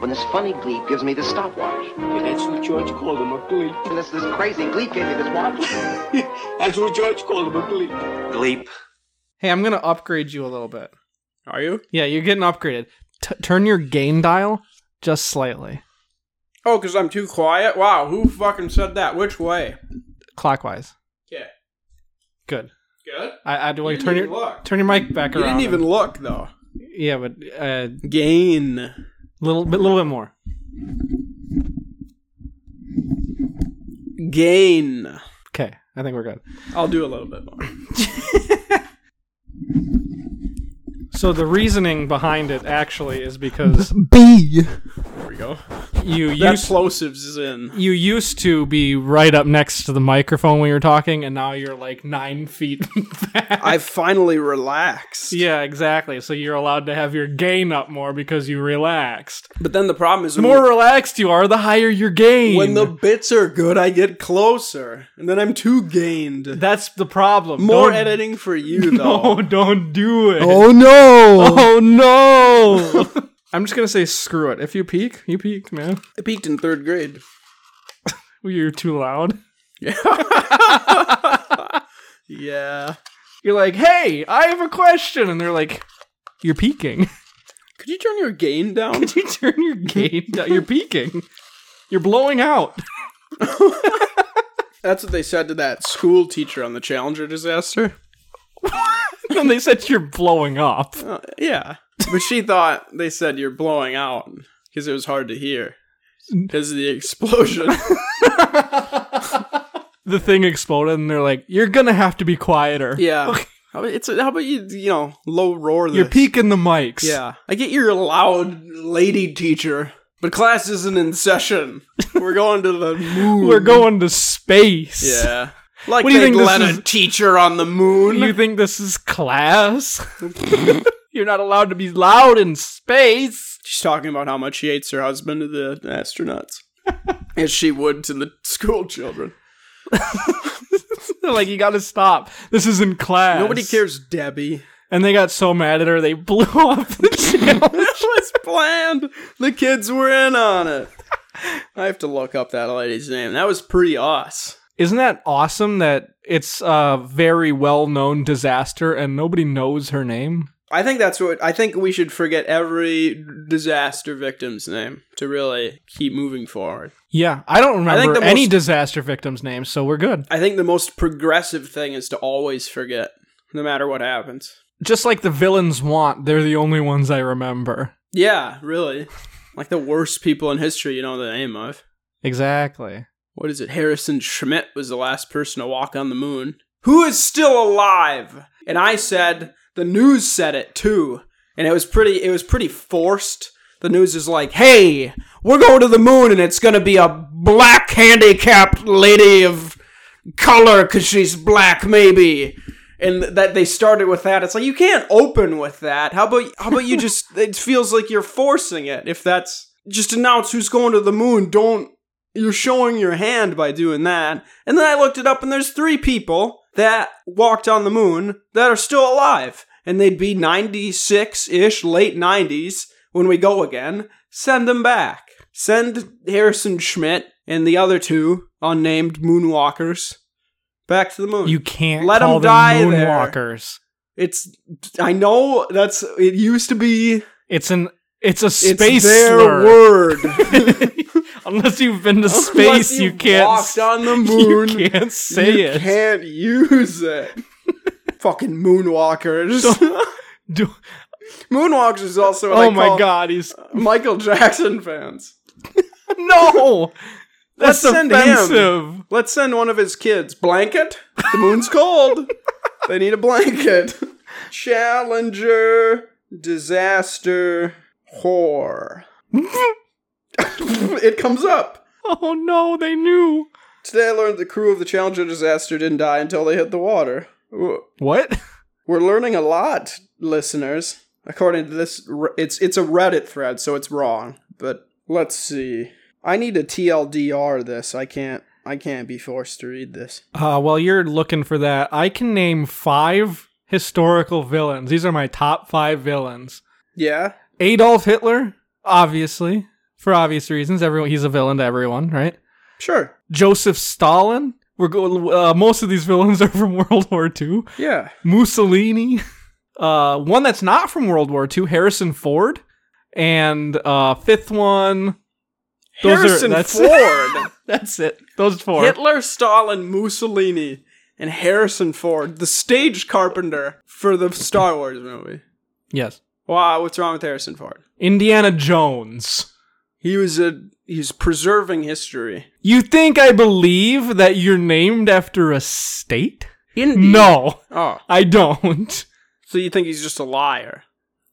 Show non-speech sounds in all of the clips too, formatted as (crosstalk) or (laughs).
when this funny gleep gives me this stopwatch. Yeah, that's what George called him, a gleep. And this, this crazy gleep gave me this watch. (laughs) That's what George called him, a gleep. Gleep. Hey, I'm gonna upgrade you a little bit. Are you? Yeah, you're getting upgraded. T- turn your gain dial just slightly Oh, because I'm too quiet? Wow, who fucking said that? Which way? clockwise. Okay. Good. Good? I, I do like didn't turn your even look. turn your mic back You around. didn't even look, though. yeah, but uh, Gain. little bit little bit more. Gain. Okay, I think we're good. I'll do a little bit more. So the reasoning behind it actually is because There we go. you The used plosives is in. you used to be right up next to the microphone when you were talking, and now you're like nine feet (laughs) back. I finally relaxed. yeah, exactly. So you're allowed to have your gain up more because you relaxed. But then the problem is The when more relaxed you are, the higher your gain. When the bits are good, I get closer, and then I'm too gained. that's the problem. More Don't- editing for (laughs) (laughs) you, No, though. don't do it. no! (laughs) Oh no! (laughs) I'm just gonna say screw it. If you peek, you peek, man. I peaked in third grade. You're too loud. Yeah. You're like, hey, I have a question, and they're like, you're peeking. (laughs) Could you turn your gain down? (laughs) Did you turn your gain down? You're peeking. You're blowing out. (laughs) That's what they said to that school teacher on the Challenger disaster. and they said you're blowing up. Uh, yeah. But she thought they said you're blowing out because it was hard to (laughs) hear because of the explosion. The thing exploded, and they're like, you're gonna have to be quieter. yeah. How about- It's how about you, you know, low roar this. You're peeking the mics. Yeah. I get you're a loud lady teacher, but class isn't in session. We're going to (laughs) the moon. We're going to space. Yeah. Like What do you they'd think this let is- a teacher on the moon. You think this is (laughs) class? You're not allowed to be loud in space. (laughs) She's talking about how much she hates her husband to the (laughs) astronauts. As she would to the school children. like you got to stop. This isn't class. Nobody cares, Debbie. And they got so mad at her, they (laughs) blew up the challenge. It (laughs) was planned. The kids were in on it. I have to look up that lady's name. That was pretty us. Isn't that awesome? That it's a very well-known disaster, and nobody knows her name. I think that's what I think we should forget every disaster victim's name to really keep moving forward. Yeah, I don't remember I think the any most- disaster victims' names, so we're good. I think the most progressive thing is to always forget, no matter what happens. Just like the villains want, they're the only ones I remember. Yeah, really. Like the worst people in history you know the name of. Exactly. What is it? Harrison Schmitt was the last person to walk on the moon. Who is still alive? And I said the news said it too. And it was pretty it was pretty forced. The news is like, "Hey, we're going to the moon and it's going to be a black handicapped lady of color cuz she's black maybe." And that they started with that. It's like you can't open with that. How about how about you just it feels like you're forcing it if that's just announce who's going to the moon. Don't you're showing your hand by doing that. And then I looked it up, and there's three people that walked on the moon that are still alive. And they'd be 96 ish, late 90s when we go again. Send them back. Send Harrison Schmidt and the other two unnamed moonwalkers back to the moon. (laughs) You can't Let 'em call them die there. moonwalkers. it's, I know that's, it used to be, It's an it's a it's space their slur. word. (laughs) (laughs) Unless you've been to Unless space, you, you've can't walked on the you moon. can't say you it. can't (laughs) use it. Fucking moonwalkers. (laughs) Do- (laughs) moonwalkers is also what oh I my call god, (laughs) he's Michael Jackson fans. no. That's Let's send him. offensive. (laughs) Let's send one of his kids. Blanket? The moon's cold. they need a blanket. Challenger disaster whore. (laughs) it comes up. Oh no, they knew. Today I learned the crew of the Challenger disaster didn't die until they hit the water. Wh- What? We're learning a lot, listeners. According to this, r- it's it's a Reddit thread, so it's wrong. But let's see. I need a TLDR. This I can't. I can't be forced to read this. Uh, while you're looking for that, I can name five historical villains. These are my top five villains. Yeah. Adolf Hitler, obviously, for obvious reasons. Everyone, he's a villain to everyone, right? Sure. Joseph Stalin. We're go- uh, most of these villains (laughs) are from World War II. Yeah. Mussolini. (laughs) Uh, one that's not from World War II, Harrison Ford, and uh, fifth one. Those are- Harrison that's- (laughs) Ford. That's it. Those four. Hitler, Stalin, Mussolini, and Harrison Ford, the stage carpenter for the Star Wars movie. yes. Wow, what's wrong with Harrison Ford? Indiana Jones. He was a he's preserving history. You think I believe that you're named after a state? Indy. No, Oh, I don't. so you think he's just a liar?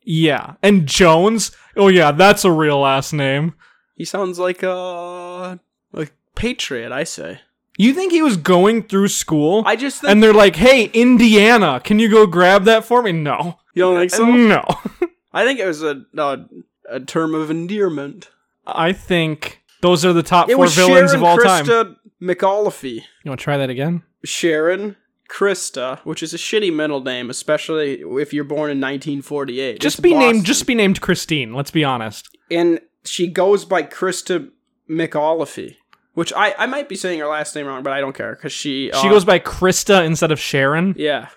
Yeah. And Jones? Oh, yeah, that's a real last name. He sounds like a like patriot. I say. You think he was going through school? I just (laughs) think and they're like, hey, Indiana, can you go grab that for me? No. you don't think so. No. (laughs) I think it was a a, a term of endearment. I think those are the top It four was villains Sharon of all time. Krista McAuliffe. You want to try that again? Sharon Krista, which is a shitty middle name, especially if you're born in 1948. Just It's be Boston. named. Just be named Christine. Let's be honest. and she goes by Krista McAuliffe, which I I might be saying her last name wrong, but I don't care because she She uh, goes by Krista instead of Sharon. Yeah,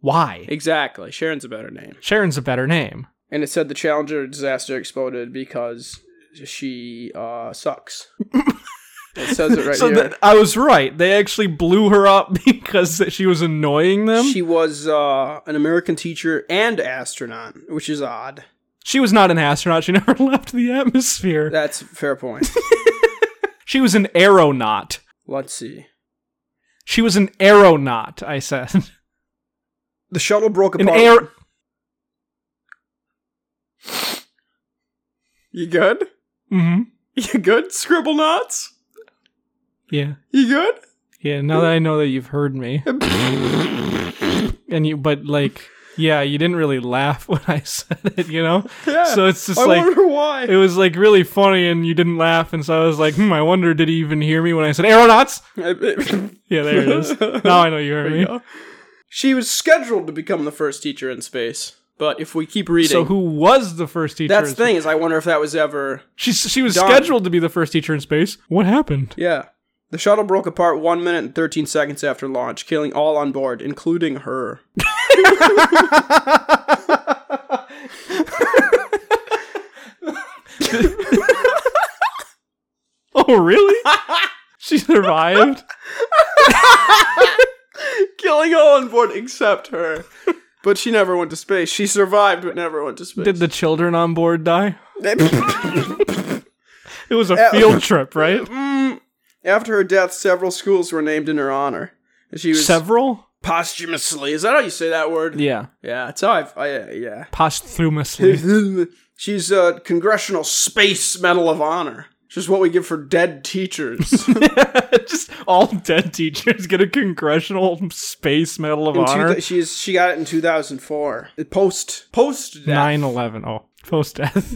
Why? exactly. Sharon's a better name. Sharon's a better name. And it said the Challenger disaster exploded because she (laughs) uh sucks. it says it right so here. that, I was right. They actually blew her up (laughs) because she was annoying them. She, she was uh, an American teacher and astronaut, which is odd. was not an astronaut. She (laughs) never left the atmosphere. That's a fair (laughs) point. She was an aeronaut. Let's see. She was an aeronaut. I said The shuttle broke an apart. air. You good? hmm You good? Scribble knots? Yeah, You good? yeah. Now that I know that you've heard (laughs) me, and you, but like, yeah, you didn't really laugh (laughs) when I said it. You know, Yeah. so it's just I like wonder why. it was like really funny, and you didn't laugh, and so I was like, hmm, I wonder did he even hear me when I said aeronauts? Yeah, there it is. (laughs) now I know you heard There me. you go. (laughs) she was scheduled to become the first teacher in space, but if we keep reading, So who was the first teacher? that's in the thing is, I wonder if that was ever. She she was Darn. scheduled to be the first teacher in space. What happened? (laughs) Yeah. The shuttle broke apart one minute and 13 seconds after launch, killing all on board, including her. (laughs) Oh, (laughs) really? she survived. Killing all on board (laughs) except her. But she never went to space. She survived, but never went to space. Did the children on board die? It was a Uh, field trip, (laughs) right? (laughs) After her death, several schools were named in her honor. And She was Several. posthumously. Is that how you say that word? Yeah, Yeah, it's how I've, I, uh, yeah. (laughs) posthumously. She's a Congressional Space Medal of Honor. It's Just what we give for dead teachers. In Just all dead teachers get a congressional space medal of two honor. thou- she's she got it in 2004. It Post post death. 9-11. Oh, post (laughs) death.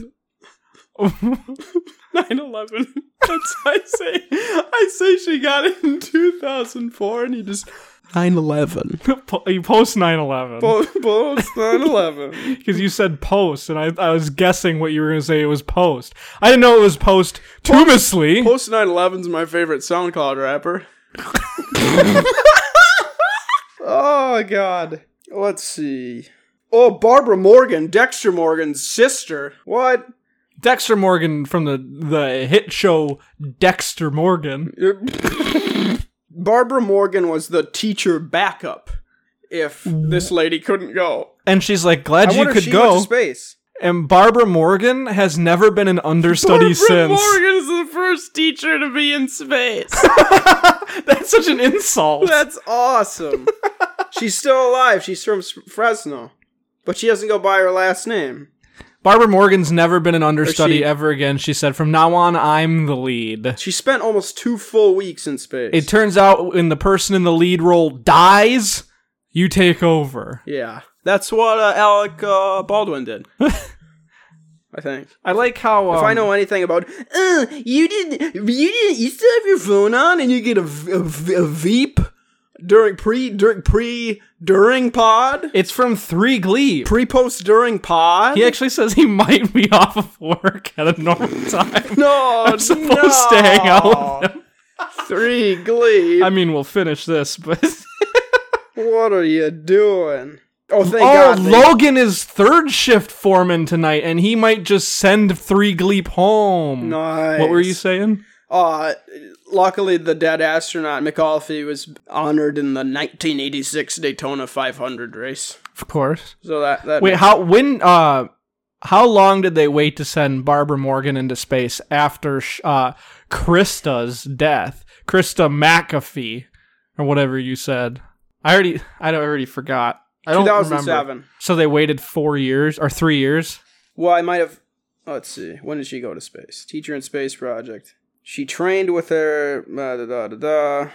9/11. That's I say. I say she (laughs) got it in 2004, and you just 9/11. you post 9-11. Post 9/11. Because you said post, and I, I was guessing what you were going to say it was post. I didn't know it was post tumously. Post 9/11's my favorite SoundCloud rapper. oh god. Let's see. Oh, Barbara Morgan, Dexter Morgan's sister. What? Dexter Morgan from the, the hit show Dexter Morgan. Barbara Morgan was the teacher backup if this lady couldn't go. And she's like, I glad you wonder if could she go. went to space. and Barbara Morgan has never been an understudy since. Morgan is the first teacher to be in space. (laughs) That's such an insult. That's (laughs) awesome. She's still alive. She's from S- Fresno. But she doesn't go by her last name. Barbara Morgan's never been an understudy she- ever again. She said, from now on, I'm the lead. She spent almost two full weeks in space. It turns out when the person in the lead role dies, you take over. yeah, that's what uh, Alec uh, (laughs) Baldwin did. I think. I like how. um, if I know anything about, uh, you didn't, you didn't, you still have your phone on, and you get a, v- a v- a veep during pre during pre during pod It's from Three Glee. pre post during pod. He actually says he (laughs) might be off of work at a normal time. (laughs) no, I'm supposed to hang out with him. Three Glee. I mean, we'll finish this, but (laughs) what are you doing? Oh, thank oh, God! they- Logan is third shift foreman tonight, and he might just send Three Gleep home. nice. What were you saying? Uh, luckily, the dead astronaut McAuliffe was honored in the 1986 Daytona 500 race. Of course. So that that Wait, how when uh how long did they wait to send Barbara Morgan into space after sh- uh Krista's death? Krista McAfee or whatever you said. I already I don't- I already forgot. I don't remember. 2007. So they waited 4 years or 3 years? Well, I might have. Let's see. When did she go to space? Teacher in Space Project. She trained with her uh, da, da, da, da,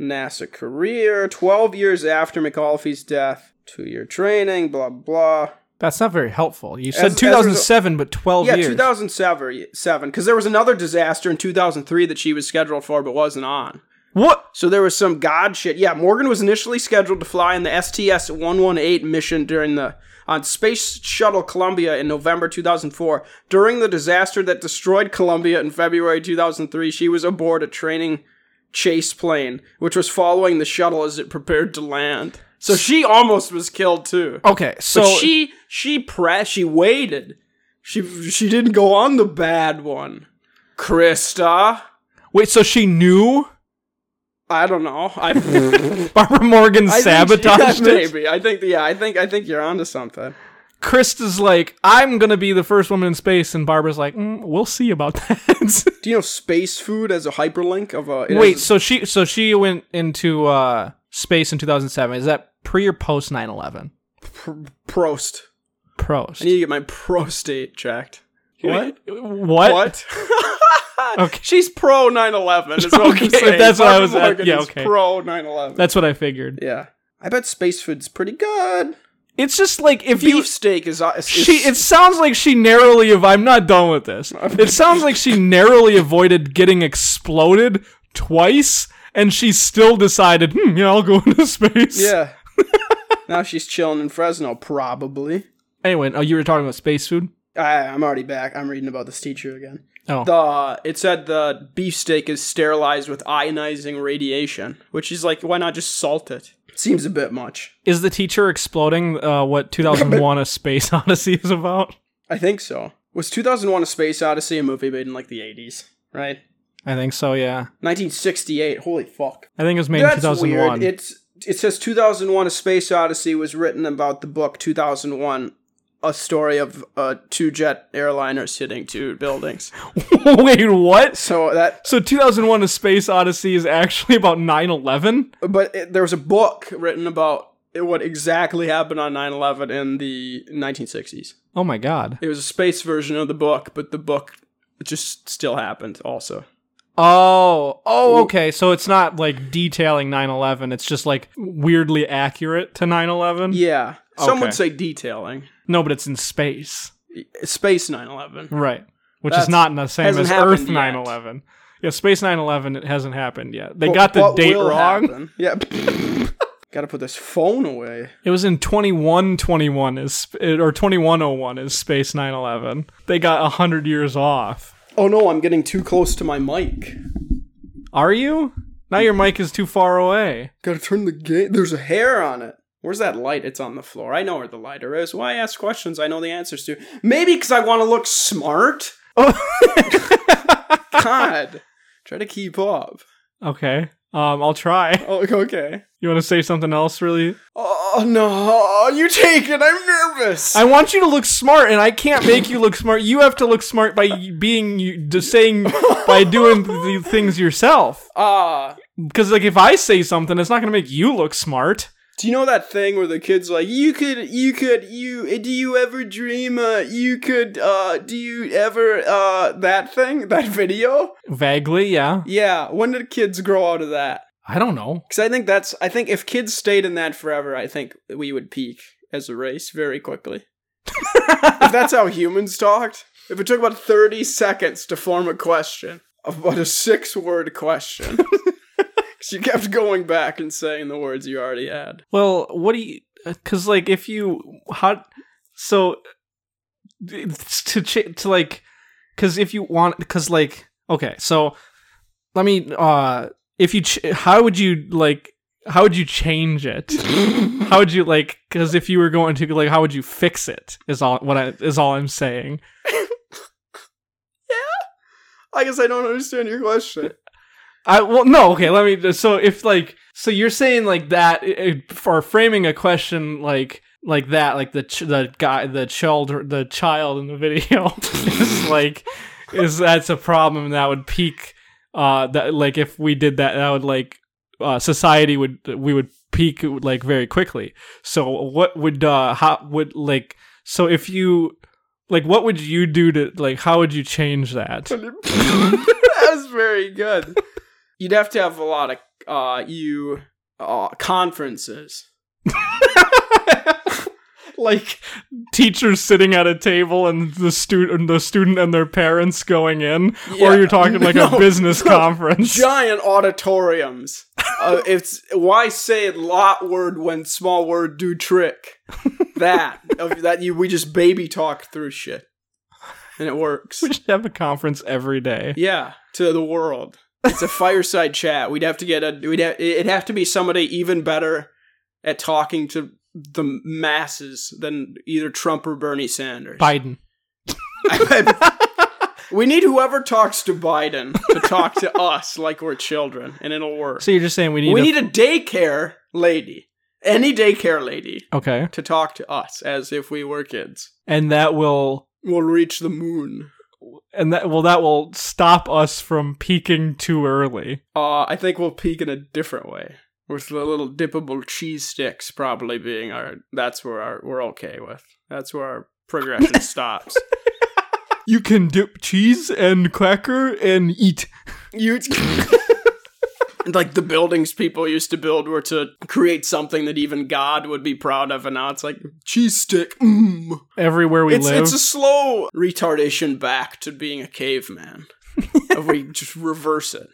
NASA career. Twelve years after McAuliffe's death, two-year training. Blah blah. That's not very helpful. You said as a 2007 but 12 Yeah, years. 2007. Seven. Because there was another disaster in 2003 that she was scheduled for but wasn't on. what? So there was some god shit. Yeah, Morgan was initially scheduled to fly in the STS-118 mission during the on Space Shuttle Columbia in November 2004. During the disaster that destroyed Columbia in February 2003, she was aboard a training chase plane which was following the shuttle as it prepared to land. So she almost was killed too. Okay, Oh, so but she she pressed, she waited. She she didn't go on the bad one. Krista, wait, so she knew I don't know. I Barbara Morgan I think- sabotaged (laughs) yeah, it? Maybe I think yeah, I think I think you're onto something. Krista's like, I'm gonna be the first woman in space, and Barbara's like, mm, we'll see about (laughs) that. Do you know space food as a hyperlink of a? it Wait, has- so she so she went into uh, space in 2007. Is that pre or post 9/11? Prost. I need Post. to get my prostate checked. What? What? What? Okay. (laughs) She's pro 9/11. Is what Okay, I'm saying. that's what I Barbara was at- Morgan yeah, is okay. Pro 9/11. That's what I figured. yeah. I bet space food's pretty good. It's just like if you Beef steak is, uh, is she. It sounds like she narrowly. If I'm not done with this, it sounds like she narrowly avoided getting exploded twice, and she still decided, hmm, yeah, I'll go (laughs) into space. (laughs) (laughs) yeah. now she's chilling in Fresno, probably. Anyway, oh, you were talking about space food. I, I'm already back. I'm reading about this teacher again. Oh, The it said the beefsteak is sterilized with ionizing radiation, which is like why not just salt it? Seems a bit much. Is the teacher exploding uh, what (laughs) 2001 A Space (laughs) Odyssey is about? I think so. Was 2001 A Space Odyssey a movie made in like the 80s, right? I think so, yeah. 1968. Holy fuck. I think it was made in That's 2001. weird. It's it says 2001 A Space Odyssey was written about the book 2001 a story of uh, two jet airliners hitting two buildings. (laughs) Wait, what? So that, So 2001 A Space Odyssey is actually about 9 11? but it, there was a book written about what exactly happened on 9/11 in the 1960s. Oh my god. It was a space version of the book, but the book just still happened also. Oh, oh, okay. So it's not like detailing 9 11, it's just like weirdly accurate to 9 11? Yeah. Some Okay. would say detailing. No, but it's in space. Space 9/11. Right. Which is That's- not the same hasn't as Earth happened yet. 9 11. Yeah, Space 9 11, it hasn't happened yet. They got the What date will wrong. happen? Yeah. (laughs) Got to put this phone away. It was in 2121 is sp- or 2101 is Space 911. They got 100 years off. Oh no, I'm getting too close to my mic. Are you? Now your mic is too far away. Got to turn the gate. There's a hair on it. Where's that light? It's on the floor. I know where the lighter is. Why ask questions I know the answers to? Maybe because I want to look smart. (laughs) God, try to keep up. Okay. Um I'll try. (laughs) Oh, okay. You want to say something else really? Oh no, you take it. I'm nervous. I want you to look smart and I can't make you look smart. You have to look smart by y- being you just saying by doing the things yourself. Ah, Cuz like if I say something it's not going to make you look smart. do you know that thing where the kids like you could, you could, you do you ever dream? Uh, you could, uh, do you ever uh that thing that video? Vaguely, yeah. Yeah, when did kids grow out of that? I don't know. Because I think that's I think if kids stayed in that forever, I think we would peak as a race very quickly. if that's how humans talked, if it took about thirty seconds to form a question about a six-word question, She kept going back and saying the words you already had. Well, what do you? Because like, if you how, so it's to cha- to like, because if you want, because like, okay, so let me. uh If you, ch- how would you like? How would you change it? how would you like? Because if you were going to like, how would you fix it? Is all what I is all I'm saying. I guess I don't understand your question. I well no okay let me so if like so you're saying like that it- it- for framing a question like like that like the ch- the guy the child the child in the video (laughs) is like is that's a problem that would peak uh that like if we did that that would like uh society would we would peak like very quickly so what would uh how would like so if you like what would you do to like how would you change that (laughs) that was very good. You'd have to have a lot of uh you uh conferences. like teachers sitting at a table and the student the student and their parents going in or Yeah. you're talking like a (laughs) No, business no. conference giant auditoriums. uh, it's why say lot word when small word do trick. That of that you we just baby talk through shit, and it works. (laughs) we should have a conference every day Yeah, to the world. It's a fireside chat. We'd have to get a. We'd have, it'd have to be somebody even better at talking to the masses than either Trump or Bernie Sanders. (laughs) biden we need whoever talks to Biden to (laughs) talk to us like we're children, and it'll work. so you're just saying we need, we a- need a daycare lady, any daycare lady, okay to talk to us as if we were kids. and that will We'll reach the moon. and that well that will stop us from peaking too early Uh, I think we'll peak in a different way. With the little dippable cheese sticks probably being our that's where our we're okay with. That's where our progression stops. you can dip cheese and cracker and eat You like the buildings people used to build were to create something that even God would be proud of, and now it's like cheese stick. Mm. everywhere we it's live it's a slow retardation back to being a caveman. if (laughs) we just reverse it.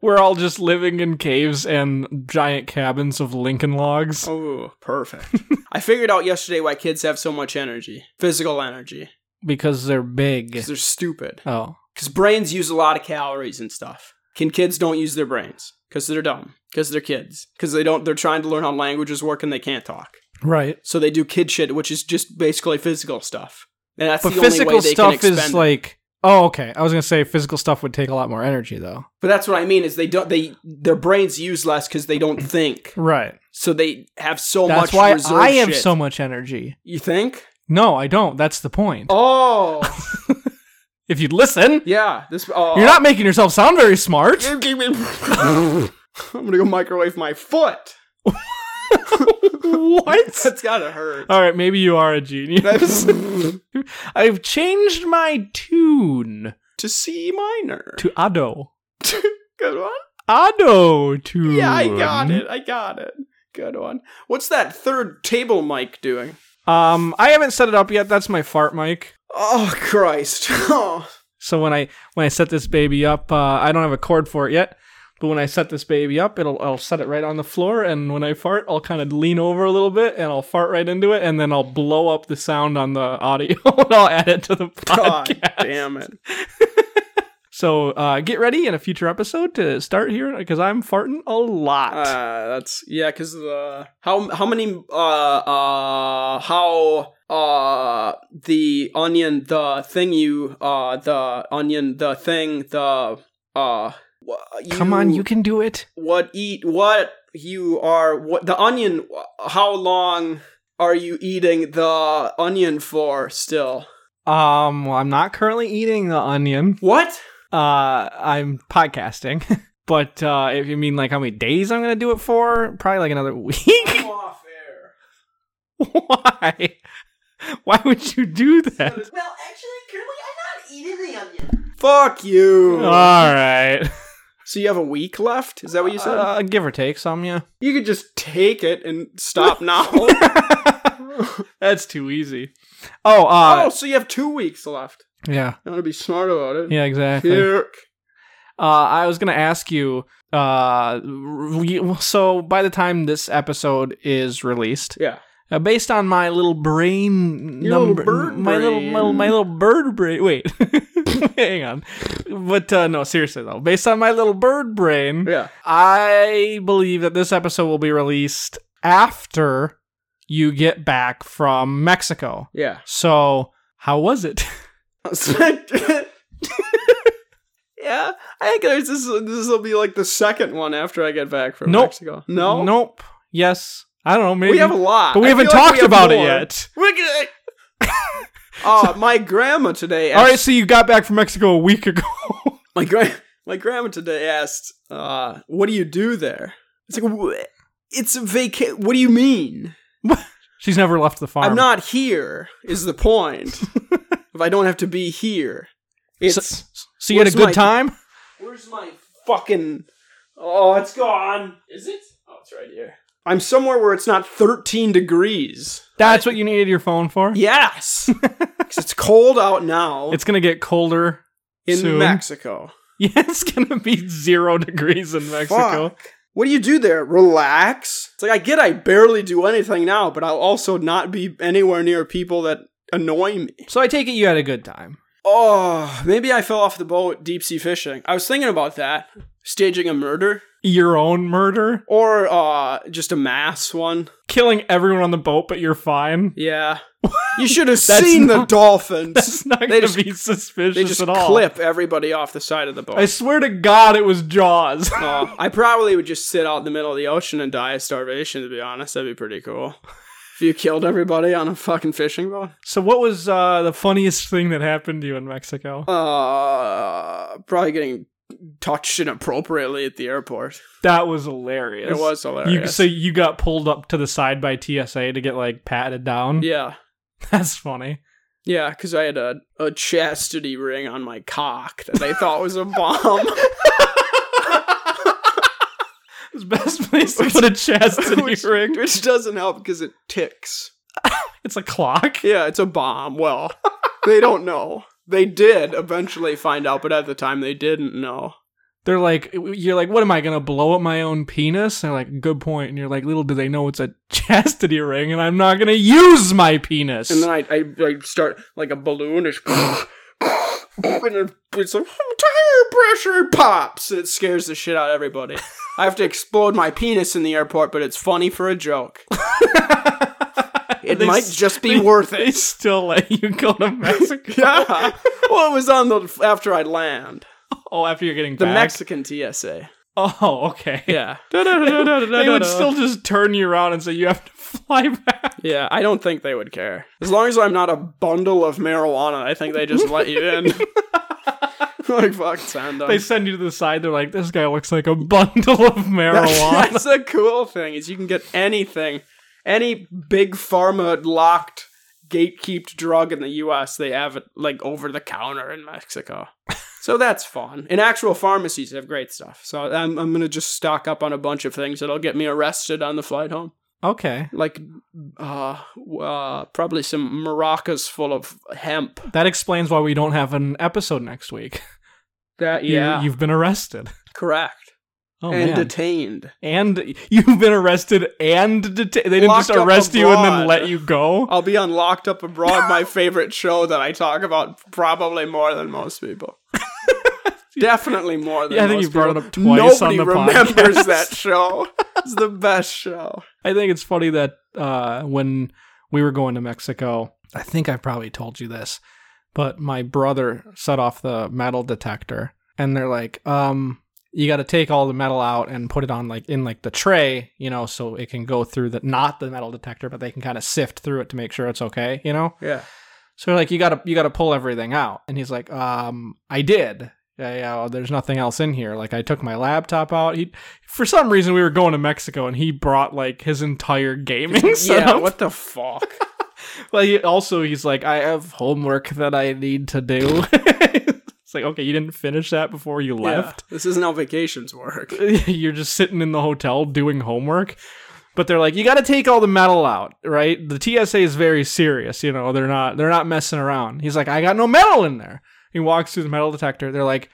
we're all just living in caves and giant cabins of lincoln logs Oh, perfect. I figured out yesterday why kids have so much energy, physical energy, because they're big because they're stupid. oh Because brains use a lot of calories and stuff. Can kids don't use their brains because they're dumb, because they're kids, because they don't. They're trying to learn how languages work and they can't talk. right So they do kid shit, which is just basically physical stuff. And that's but the only way physical they stuff can is expend. it. like oh okay i was gonna say physical stuff would take a lot more energy though but that's what I mean is they don't. They their brains use less because they don't think. right So they have so that's much. why reserve i have shit. so much energy You think? no i don't that's the point Oh, if you'd listen yeah. This. Oh, you're not making yourself sound very smart (laughs) (laughs) I'm gonna go microwave my foot. what That's gotta hurt. (laughs) all right maybe you are a (laughs) genius (laughs) i've changed my tune to C minor. (laughs) to ado Good one. ado tune Yeah, I got it. I got it. Good one. What's that third table mic doing? um i haven't set it up yet that's my fart mic Oh Christ. (laughs) Oh. So when I when I set this baby up, uh, I don't have a cord for it yet. But when I set this baby up, it'll I'll set it right on the floor, and when I fart, I'll kind of lean over a little bit, and I'll fart right into it, and then I'll blow up the sound on the audio, (laughs) and I'll add it to the (laughs) God podcast. damn it. So uh, get ready in a future episode to start hearing because I'm farting a lot. Uh, that's yeah, cause the how how many uh uh how uh the onion the thing you uh the onion the thing the uh wha- you, Come on, you can do it. what eat what you are what the onion how long are you eating the onion for still Um, well, I'm not currently eating the onion. what Uh, I'm podcasting. (laughs) But uh, if you mean like how many days I'm gonna do it for, probably like another (laughs) week. off air Why? Why would you do that? Well, actually, currently, I'm not eating the onion. fuck you All right. so you have a week left is that what you said Uh, give or take some, (laughs) yeah. you could just take it and stop (laughs) now Oh, That's too easy. Oh, uh, oh so you have two weeks left yeah, you want to be smart about it yeah, exactly. Kirk. Uh, I was going to ask you. Uh, we- so by the time this episode is released, Yeah. uh, based on my little brain Your little number, bird my little my, little- my brain. little bird brain. Wait, (laughs) hang on. But uh, no, seriously though, based on my little bird brain, Yeah. I believe that this episode will be released after you get back from Mexico. Yeah. (laughs) So how was it? (laughs) yeah. I think there's this this will be like the second one after I get back from Nope. Mexico. No. Nope. Yes. I don't know. Maybe. We have a lot. but we I haven't feel like talked have about it more. yet. We're (laughs) gonna- Uh, my grandma today asked All right. So you got back from Mexico a week ago. (laughs) my gra- my grandma today asked, uh, "What do you do there?" It's like, "Wh- it's a vaca. What do you mean? She's never left the farm. I'm not here. Is (laughs) the point? if I don't have to be here, it's So, so you had a Where's good my- time. where's my fucking? Oh, it's gone. Is it? Oh, it's right here. I'm somewhere where it's not 13 degrees. That's what you needed your phone for. Yes, (laughs) 'Cause it's cold out now It's gonna get colder. (laughs) in soon. Mexico. Yeah, it's gonna be zero degrees in Mexico. Fuck. What do you do there? Relax? It's like I get I barely do anything now, but I'll also not be anywhere near people that annoy me. So I take it you had a good time. Oh, maybe I fell off the boat deep sea fishing. I was thinking about that. Staging a murder Your own murder, or uh just a mass one. killing everyone on the boat, but you're fine. (laughs) Yeah. You should have That's seen not- the dolphins. That's not They gonna just- be suspicious They just at all. clip everybody off the side of the boat. I swear to God, it was Jaws. (laughs) Aw, I probably would just sit out in the middle of the ocean and die of starvation, to be honest. That'd be pretty cool. If you killed everybody on a fucking fishing boat. so, what was uh, the funniest thing that happened to you in Mexico? Uh, probably getting touched inappropriately at the airport. that was hilarious. It was You, hilarious. so you got pulled up to the side by TSA to get like patted down. yeah, (laughs) That's funny. yeah, because I had a, a chastity ring on my cock that they thought was a bomb. It's the best place to put a (laughs) chastity which, ring. which doesn't help because it ticks. It's a clock. Yeah, it's a bomb. Well, (laughs) they don't know. They did eventually find out, but at the time they didn't know. They're like, you're like, what am I gonna blow up my own penis? And they're like, good point. And you're like, little do they know it's a (laughs) chastity ring, and I'm not gonna use my penis. And then I, I, I start like a balloon, it's (laughs) and it- it's like "Oh, tire pressure pops, and it scares the shit out of everybody. I have to explode my penis in the airport, but it's funny for a joke. (laughs) It They might s- just be they- (laughs) worth They it. still let you go (laughs) to Mexico. Yeah. (laughs) Well, it was on the after I land Oh, after you're getting the back. Mexican TSA. oh, okay. Yeah. (laughs) They would still just turn you around and say you have to (laughs) fly back. Yeah, I don't think they would care. As long as I'm not a bundle of marijuana, I think they just let you in. like fuck, sound (laughs) They send you to the side. They're like, this guy looks like a bundle of marijuana. That's the cool thing is you can get anything, any big pharma locked gatekeeped drug in the U.S. They have it like over the counter in Mexico, so that's fun. And actual pharmacies have great stuff. So I'm I'm gonna just stock up on a bunch of things that'll get me arrested on the flight home, (laughs) okay. like uh, uh probably some maracas full of hemp. That explains why we don't have an episode next week. That You- You've been arrested. correct Oh, and man. detained. and you've been arrested and detained. They didn't Locked just up arrest you and then abroad. let you go. I'll be on Locked Up (laughs) Abroad, my favorite show that I talk about probably more than most (laughs) people. Definitely more than Yeah, I think most you brought people. it up twice on Nobody the remembers podcast. that show. It's the best show. I think it's funny that uh, when we were going to Mexico, I think I probably told you this, but my brother set off the metal detector, and they're like, um, "You got to take all the metal out and put it on like in like the tray, you know, so it can go through the not the metal detector, but they can kind of sift through it to make sure it's okay, you know." Yeah. So they're like, you gotta you gotta pull everything out. And he's like, um, I did. Yeah, yeah, well, there's nothing else in here. Like I took my laptop out. He for some reason we were going to Mexico and he brought like his entire gaming (laughs) Yeah, setup. (laughs) what the fuck? Well he, also he's like, I have homework that I need to do. (laughs) it's like, okay, you didn't finish that before you left. Yeah, (laughs) This isn't how (laughs) vacations work. You're just sitting in the hotel doing homework. But they're like, you gotta take all the metal out, right? The TSA is very serious, you know, they're not they're not messing around. He's like, I got no metal in there. He walks through the metal detector. They're like,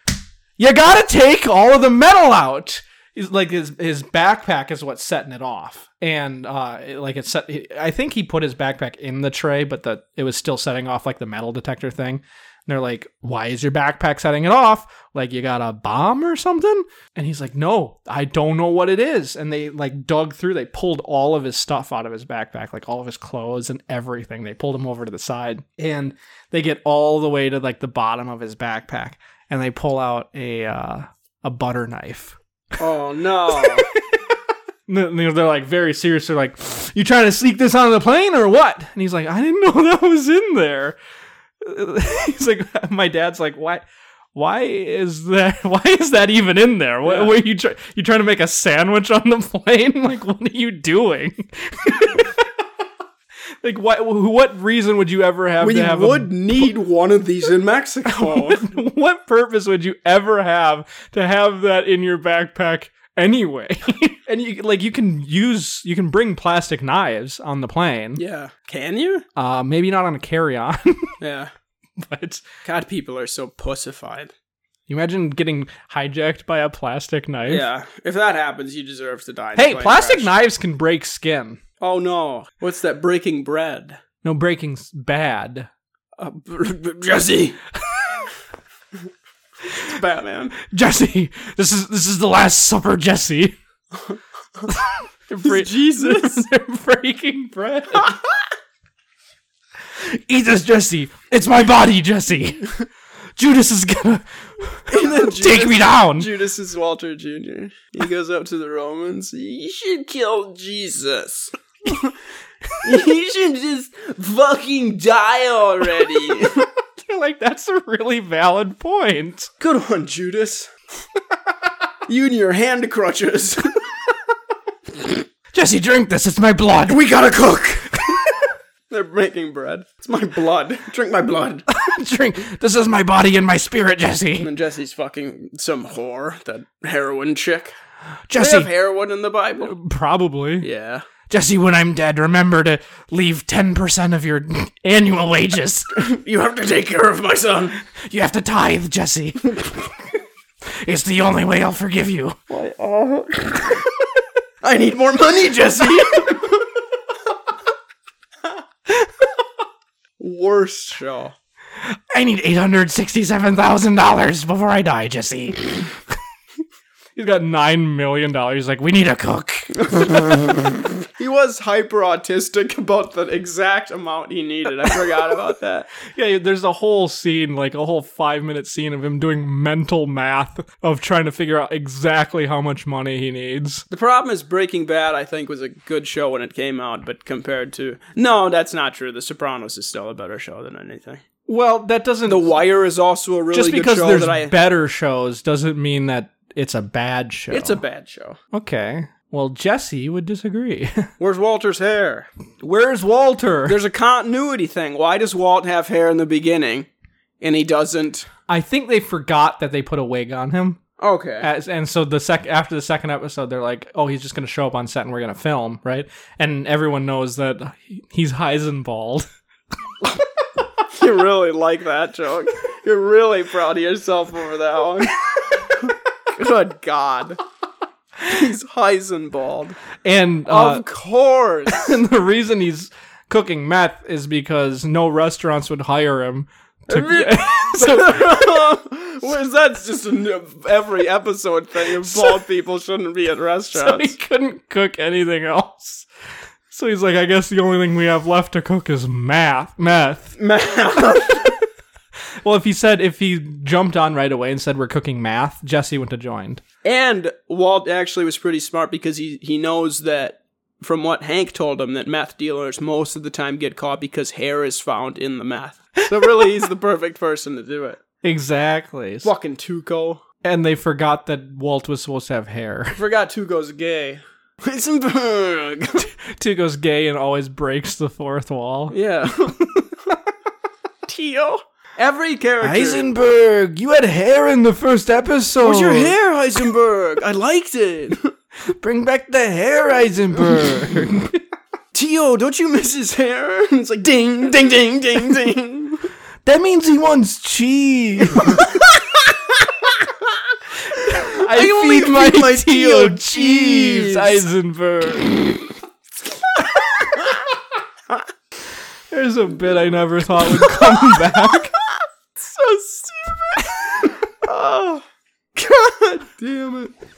you gotta take all of the metal out. He's like his his backpack is what's setting it off, and uh, it- like it's set. I think he put his backpack in the tray, but the it was still setting off like the metal detector thing. And they're like, "Why is your backpack setting it off? Like you got a bomb or something?" And he's like, "No, I don't know what it is." And they like dug through. They pulled all of his stuff out of his backpack, like all of his clothes and everything. They pulled him over to the side, and they get all the way to like the bottom of his backpack, and they pull out a uh, a butter knife. Oh no. And then they're like very serious. They're like, "You trying to sneak this onto the plane or what?" And he's like, "I didn't know (laughs) that was in there." (laughs) he's like, (laughs) "My dad's like, why? Why is that? (laughs) Why is that even in there? What Yeah. were you try, you trying to make a sandwich on the (laughs) plane? like, what are you doing?" (laughs) Like what? What reason would you ever have we to have a would need one of these in Mexico. (laughs) what, what purpose would you ever have to have that in your backpack anyway? (laughs) and you like you can use you can bring plastic knives on the plane. yeah. Can you? Uh maybe not on a carry-on, (laughs) Yeah. but God, people are so pussified. you imagine getting hijacked by a plastic knife. Yeah. If that happens, you deserve to die. in a Hey, plane plastic crash. knives can break skin. Oh no. What's that breaking bread? No breaking's bad. Uh, b- b- (laughs) Jesse. it's Batman. Jesse, this is this is the last supper, Jesse. They're bre- (laughs) Jesus. They're breaking bread. (laughs) Eat this, Jesse. It's my body, Jesse. Judas is gonna (laughs) take me down. Judas is Walter Jr. He goes up to the Romans. You should (laughs) kill Jesus. (laughs) you should just fucking (laughs) die already. They're like, that's a really valid point. Good (laughs) one, Judas. you and your hand crutches. (laughs) Jesse, drink this. It's my blood. we gotta cook. (laughs) They're making bread. It's my blood. Drink (laughs) my blood. (laughs) drink. This is my body and my spirit, Jesse. and Jesse's fucking some whore, that (laughs) heroin chick. They have Jesse. heroin in the Bible. Probably. Yeah. (laughs) Jesse, when I'm dead, remember to leave 10% of your annual (laughs) wages. You have to take care of my son. You have to tithe, Jesse. it's the only way I'll forgive you. I need more money, Jesse. Worst show. (laughs) I need eight hundred sixty-seven thousand dollars before I die, Jesse. He's got nine million dollars. Like, we need a cook. He was hyper autistic about the exact amount he needed. I forgot about that. yeah, there's a whole scene, like a whole five-minute scene of him doing mental math of trying to figure out exactly how much money he needs. The problem is Breaking Bad, I think, was a good show when it came out, but compared to. No, that's not true. The Sopranos is still a better show than anything. Well, that doesn't. The Wire is also a really just because good show there's that I. better shows doesn't mean that it's a bad show. it's a bad show. okay. Well, Jesse would disagree. (laughs) Where's Walter's hair? Where's Walter? There's a continuity thing. Why does Walt have hair in the beginning and he doesn't? I think they forgot that they put a wig on him, Okay. As, and so the sec after the second episode, they're like, "Oh, he's just gonna show up on set and we're gonna film, right?" And everyone knows that he- he's Heisenbald. (laughs) (laughs) You really like that joke. You're really proud of yourself over that one. (laughs) Good God. He's Heisenbald. And uh, of (laughs) course. and the reason he's cooking meth is because no restaurants would hire him. To- (laughs) so Whereas that's just an every episode thing. (laughs) Bald people shouldn't be at so he (laughs) restaurants. couldn't cook anything else. So he's like, "I guess the only thing we have left to cook is math, meth." Well, if he said if he jumped on right away and said we're cooking math, Jesse wouldn't have joined. and Walt actually was pretty smart because he, he knows that from what Hank told him that meth dealers most of the time get caught because hair is found in the meth. So really he's the perfect person to do it. Exactly. (laughs) Fucking Tuco. And they forgot that Walt was supposed to have hair. (laughs) Forgot Tuco's gay. Heisenberg. Tuco's gay and always breaks the fourth wall. (laughs) (laughs) yeah. Tio. Every character. Heisenberg, you had hair in the first episode. Where's your hair, Heisenberg? I liked (laughs) it. Bring back the hair, (laughs) Heisenberg. Tio, don't you miss his hair? (laughs) It's like ding, ding, ding, ding, ding. (laughs) that means he wants cheese. mighty, mighty O old Jeeves Jeeves. Eisenberg. (laughs) There's a bit I never thought (laughs) would come back. so stupid. oh, god damn it! (laughs)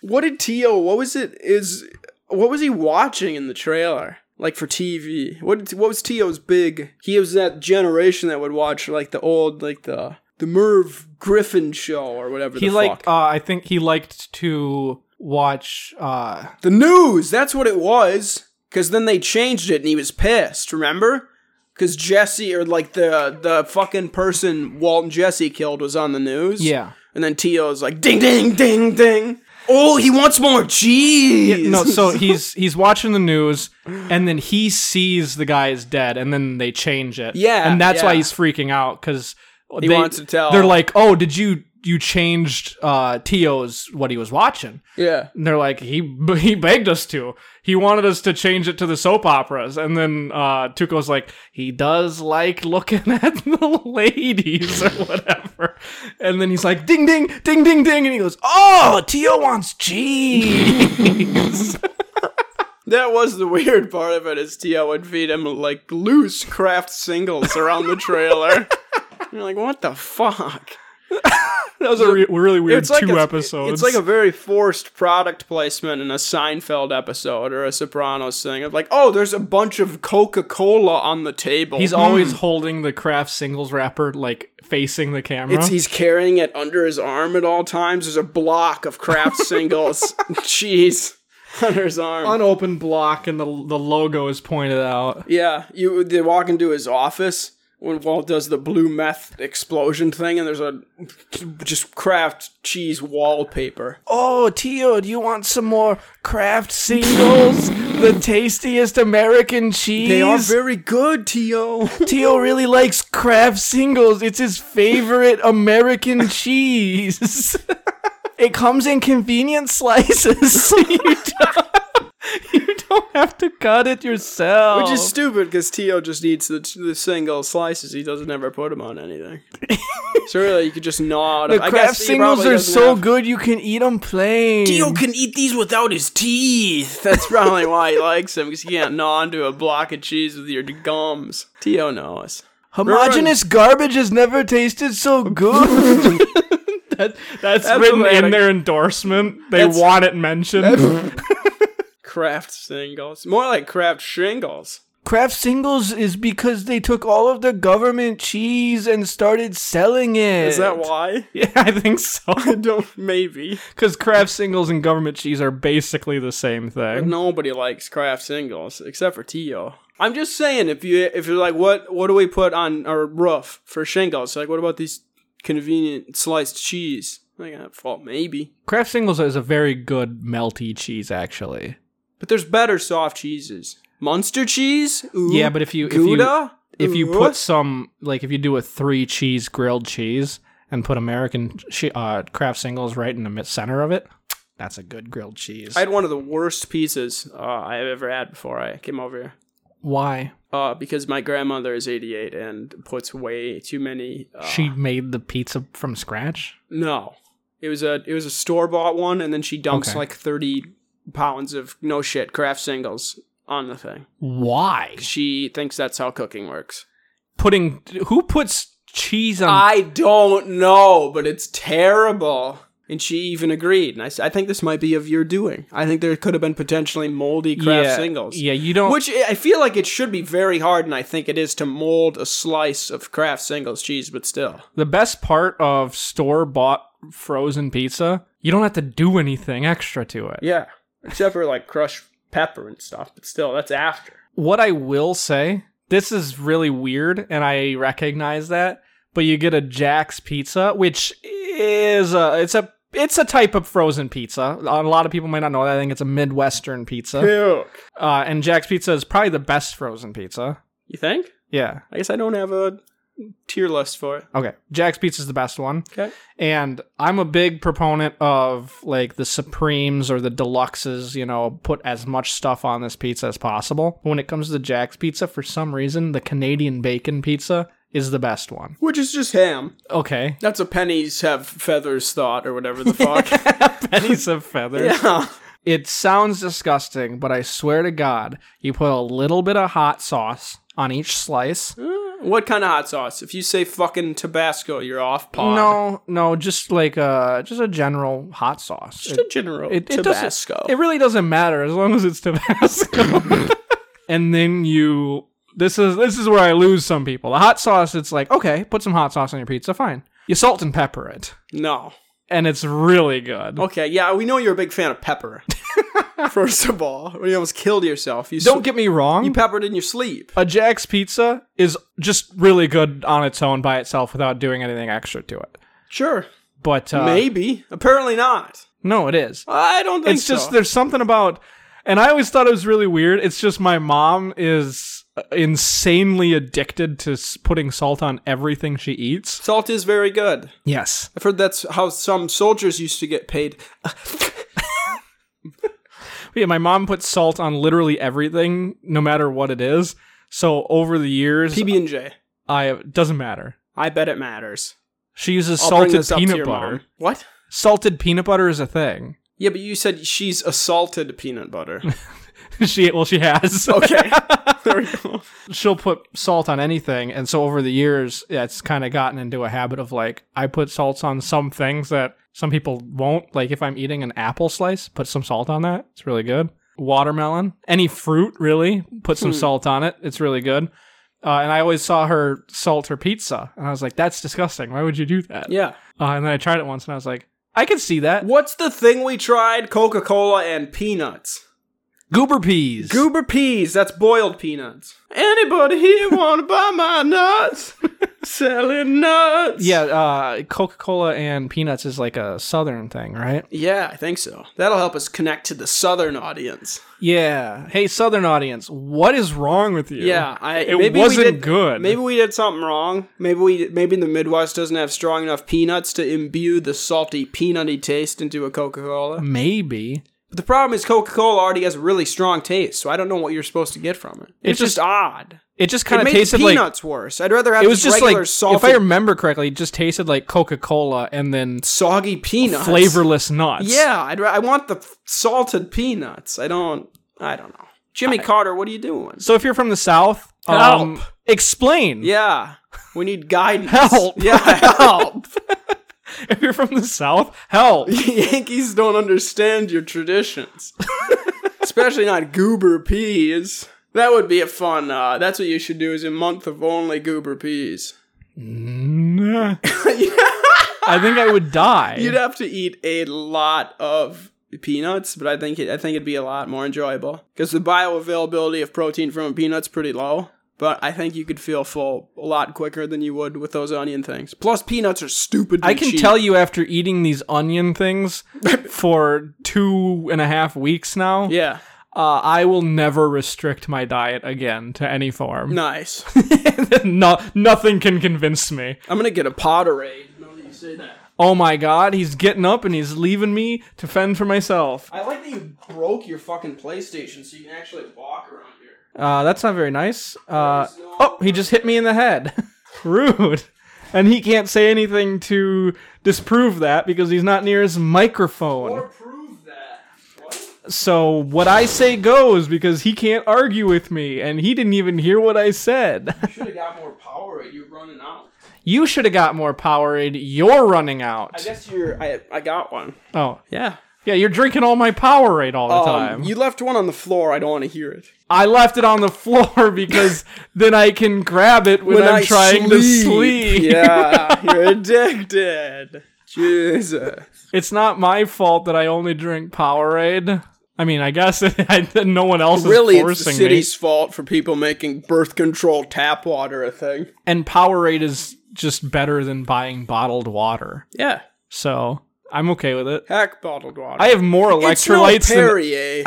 What did Tio? What was it? Is what was he watching in the trailer? Like for TV? What did, what was Tio's big? He was that generation that would watch like the old like the the Merv Griffin show or whatever. He the liked. fuck. Uh, I think he liked to watch. Uh, the news. That's what it was. Because then they changed it and he was pissed. Remember? Because Jesse or like the the fucking person Walton Jesse killed was on the news. yeah. And then Tio's like, ding, ding, ding, ding. Oh, he wants more cheese. (laughs) No, so he's he's watching the news, and then he sees the guy is dead, and then they change it. Yeah, and that's why yeah. he's freaking out because He wants to tell. They're like, "Oh, did you you changed uh Tio's what he was watching?" yeah. And they're like, "He (laughs) he begged us to. He wanted us to change it to the soap operas." And then uh Tuco's like, "He does like looking (laughs) at the ladies or whatever." And then he's like, "Ding ding ding ding ding," and he goes, "Oh, Tio wants cheese." That was the weird part of it is Tio would feed him like loose craft singles around the trailer. (laughs) You're like, what the fuck? That was a re- really weird like two a- episodes. It's like a very forced product placement in a Seinfeld episode or a Sopranos thing. Of like, oh, there's a bunch of Coca Cola on the (clears throat) table. he's Hmm. always holding the craft singles wrapper like facing the camera. It's he's carrying it under his arm at all times. There's a block of (laughs) craft singles. Jeez. Under his arm. unopened block, and the the logo is pointed out. yeah. You they walk into his office when Walt does the blue meth explosion thing and there's a just craft cheese wallpaper. Oh, Tio, do you want some more craft (laughs) singles? the tastiest American cheese. They are very good, (laughs) Tio. Tio really likes craft singles. It's his favorite American (laughs) cheese. (laughs) it comes in convenient slices, (laughs) so you don't, you don't have to cut it yourself. Which is stupid because Tio just eats the, the single slices. He doesn't ever put them on (laughs) anything. so really, you could just gnaw. it the up. I craft guess he singles probably are doesn't so have- good you can eat them plain. Dio can eat these without his teeth. That's probably why he likes them, because he can't gnaw into a block of cheese with your gums. Tio knows. Homogeneous garbage has never tasted so good. (laughs) that, that's, written what I- in their endorsement. They That's- want it mentioned. Craft singles. More like craft shingles. Kraft singles is because they took all of the government cheese and started selling it. Is that why? (laughs) (laughs) Yeah, I think so. (laughs) I don't, maybe. Because Kraft singles and government cheese are basically the same thing. Nobody likes craft singles except for Tio. I'm just saying, if you if you're like, what what do we put on our roof for shingles? Like, what about these convenient sliced cheese? Like, uh, well, maybe. Kraft singles is a very good melty cheese, actually. But there's better soft cheeses. Munster cheese? Ooh. Yeah, but if you- if you- Gouda? If you Ooh. put some, like, if you do a three cheese grilled cheese and put American che- uh, Kraft singles right in the mid- center of it, that's a good grilled cheese. I had one of the worst pizzas uh, I have ever had before I came over here. Why? Uh, because my grandmother is 88 and puts way too many. Uh, she made the pizza from scratch? no, it was a it was a store bought one, and then she dumps Okay. like 30 pounds of no shit craft singles on the thing. Why? She thinks that's how cooking works. Putting, who puts cheese on I don't know, but it's terrible. And she even agreed. And I, s- I think this might be of your doing. I think there could have been potentially moldy craft yeah, singles. Yeah, you don't. Which eh, I I feel like it should be very hard, and I think it is to mold a slice of Kraft singles cheese, but still. The best part of store bought frozen pizza, you don't have to do anything extra to it. Yeah. Except for like crushed pepper and stuff, but still, that's after. What I will say, this is really weird, and I recognize that, but you get a Jack's pizza, which is a it's a it's a type of frozen pizza. A lot of people might not know that. I think it's a Midwestern (laughs) pizza. Puke. Uh, and Jack's pizza is probably the best frozen pizza. You think? Yeah. I guess I don't have a tier list for it. Okay. Jack's pizza is the best one. Okay. And I'm a big proponent of like the Supremes or the Deluxes, you know, put as much stuff on this pizza as possible. When it comes to Jack's pizza, for some reason, the Canadian bacon pizza is the best one. Which is just ham. Okay. That's a pennies have feathers thought or whatever the (laughs) fuck. (laughs) Pennies of feathers. yeah. It sounds disgusting, but I swear to God, you put a little bit of hot sauce on each slice. What kind of hot sauce? If you say fucking Tabasco, you're off pod. No, no, just like a just a general hot sauce. Just a general It- it doesn't- Tabasco. It really doesn't matter as long as it's Tabasco. (laughs) and then you this is this is where I lose some people. The hot sauce, it's like, okay, put some hot sauce on your pizza, fine. You salt and pepper it. no. And it's really good. Okay, yeah, we know you're a big fan of (laughs) pepper. First of all, when you almost killed yourself, you Don't sw- get me wrong. you peppered in your sleep. a Jack's pizza is just really good on its own by itself without doing anything extra to it. Sure, But uh, maybe, apparently not. no, it is. I don't think It's so. just there's something about, and I always thought it was really weird. It's just my mom is insanely addicted to s- putting salt on everything she eats. Salt is very good. Yes, I've heard that's how some soldiers used to get paid. (laughs) yeah. My mom puts salt on literally everything, no matter what it is. So over the years, PB and J. I doesn't matter. I bet it matters. She uses I'll bring salted this up to peanut your butter. mom. What? Salted peanut butter is a thing. (laughs) Yeah, but you said she's assaulted peanut butter. she well, she has. (laughs) Okay, there we go. she'll put salt on anything and so over the years yeah, it's kind of gotten into a habit of like i put salts on some things that some people won't like if i'm eating an apple slice put some salt on that it's really good watermelon any fruit really put some salt on it it's really good uh, and i always saw her salt her pizza and i was like that's disgusting why would you do that Yeah. uh, and then i tried it once and i was like i can see that What's the thing we tried? Coca Cola and peanuts. goober peas Goober peas, that's boiled peanuts. Anybody here want to buy (laughs) my nuts? Selling nuts. yeah uh, coca-cola and peanuts is like a southern thing right Yeah, I think so. That'll help us connect to the southern audience. Yeah. Hey, Southern audience, what is wrong with you? Yeah, I It maybe wasn't we did, good. Maybe we did something wrong. Maybe we maybe the Midwest doesn't have strong enough peanuts to imbue the salty peanutty taste into a Coca-Cola. Maybe. But the problem is Coca-Cola already has a really strong taste, so I don't know what you're supposed to get from it. It's, just, just- odd. It just kind It of made tasted like peanuts worse. I'd rather have it was just regular like salty, if I remember correctly, it just tasted like Coca-Cola and then soggy peanuts. flavorless nuts. Yeah, I'd, ra- I want the f- salted peanuts. I don't. I don't know. Jimmy Carter, what are you doing? So if you're from the South, um, explain. (laughs) Yeah, we need guidance. Help. Yeah, (laughs) help. If you're from the South, (laughs) help. Yankees don't understand your traditions, (laughs) especially not goober peas. That would be a fun. Uh, that's what you should do. Is a month of only goober peas. Nah. I think I would die. You'd have to eat a lot of peanuts, but I think it, I think it'd be a lot more enjoyable because the bioavailability of protein from a peanut's pretty low. But I think you could feel full a lot quicker than you would with those onion things. Plus, peanuts are stupid. I can tell you after eating these onion (laughs) things for two and a half weeks now, Yeah, uh, I will never restrict my diet again to any form. nice. (laughs) (laughs) no, nothing can convince me. I'm gonna get a potterade. Now that you say that, Oh my god, he's getting up and he's leaving me to fend for myself. I like that you broke your fucking PlayStation so you can actually walk around here. Uh, that's not very nice. Uh, oh, he just hit me in the head. (laughs) Rude. And he can't say anything to disprove that because he's not near his microphone. Prove that. So what I say goes because he can't argue with me and he didn't even hear what I said. Should have got more power. You're running out. you should have got more Powerade. You're running out. guess you're. I I got one. Oh, Yeah. yeah, you're drinking all my Powerade all the time. Um, you left one on the floor. I don't want to hear it. I left it on the (laughs) floor because then I can grab it when, I'm I trying to sleep. Yeah, you're addicted. Jesus. It's not my fault that I only drink Powerade. I mean, I guess (laughs) I, no one else Really, is it's the forcing city's fault for people making birth control tap water a thing. me. And Powerade is just better than buying bottled water. Yeah. So I'm okay with it. Heck, bottled water. I have more it's no electrolytes than Perrier,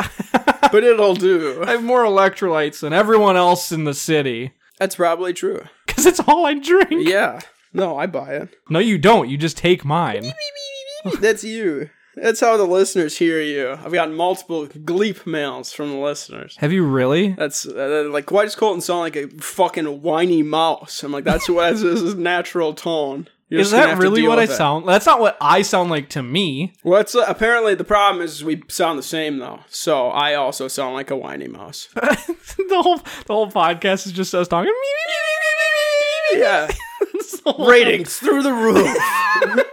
but it'll do. (laughs) I have more electrolytes than everyone else in the city (laughs) That's probably true. because it's all I drink. Yeah. No, I buy it. No, you don't. You just take mine. That's you. That's how the listeners hear you. I've gotten multiple gleep mails from the listeners. Have you really? That's uh, like, why does Colton sound like a fucking whiny mouse? I'm like, that's what that's his natural tone. You're Is just gonna that have to really deal what I with it. sound? That's not what I sound like to me. Well, it's, uh, apparently the problem is we sound the same though. So I also sound like a (laughs) whiny mouse. the whole the whole podcast is just us talking. (laughs) yeah, So- ratings through the roof.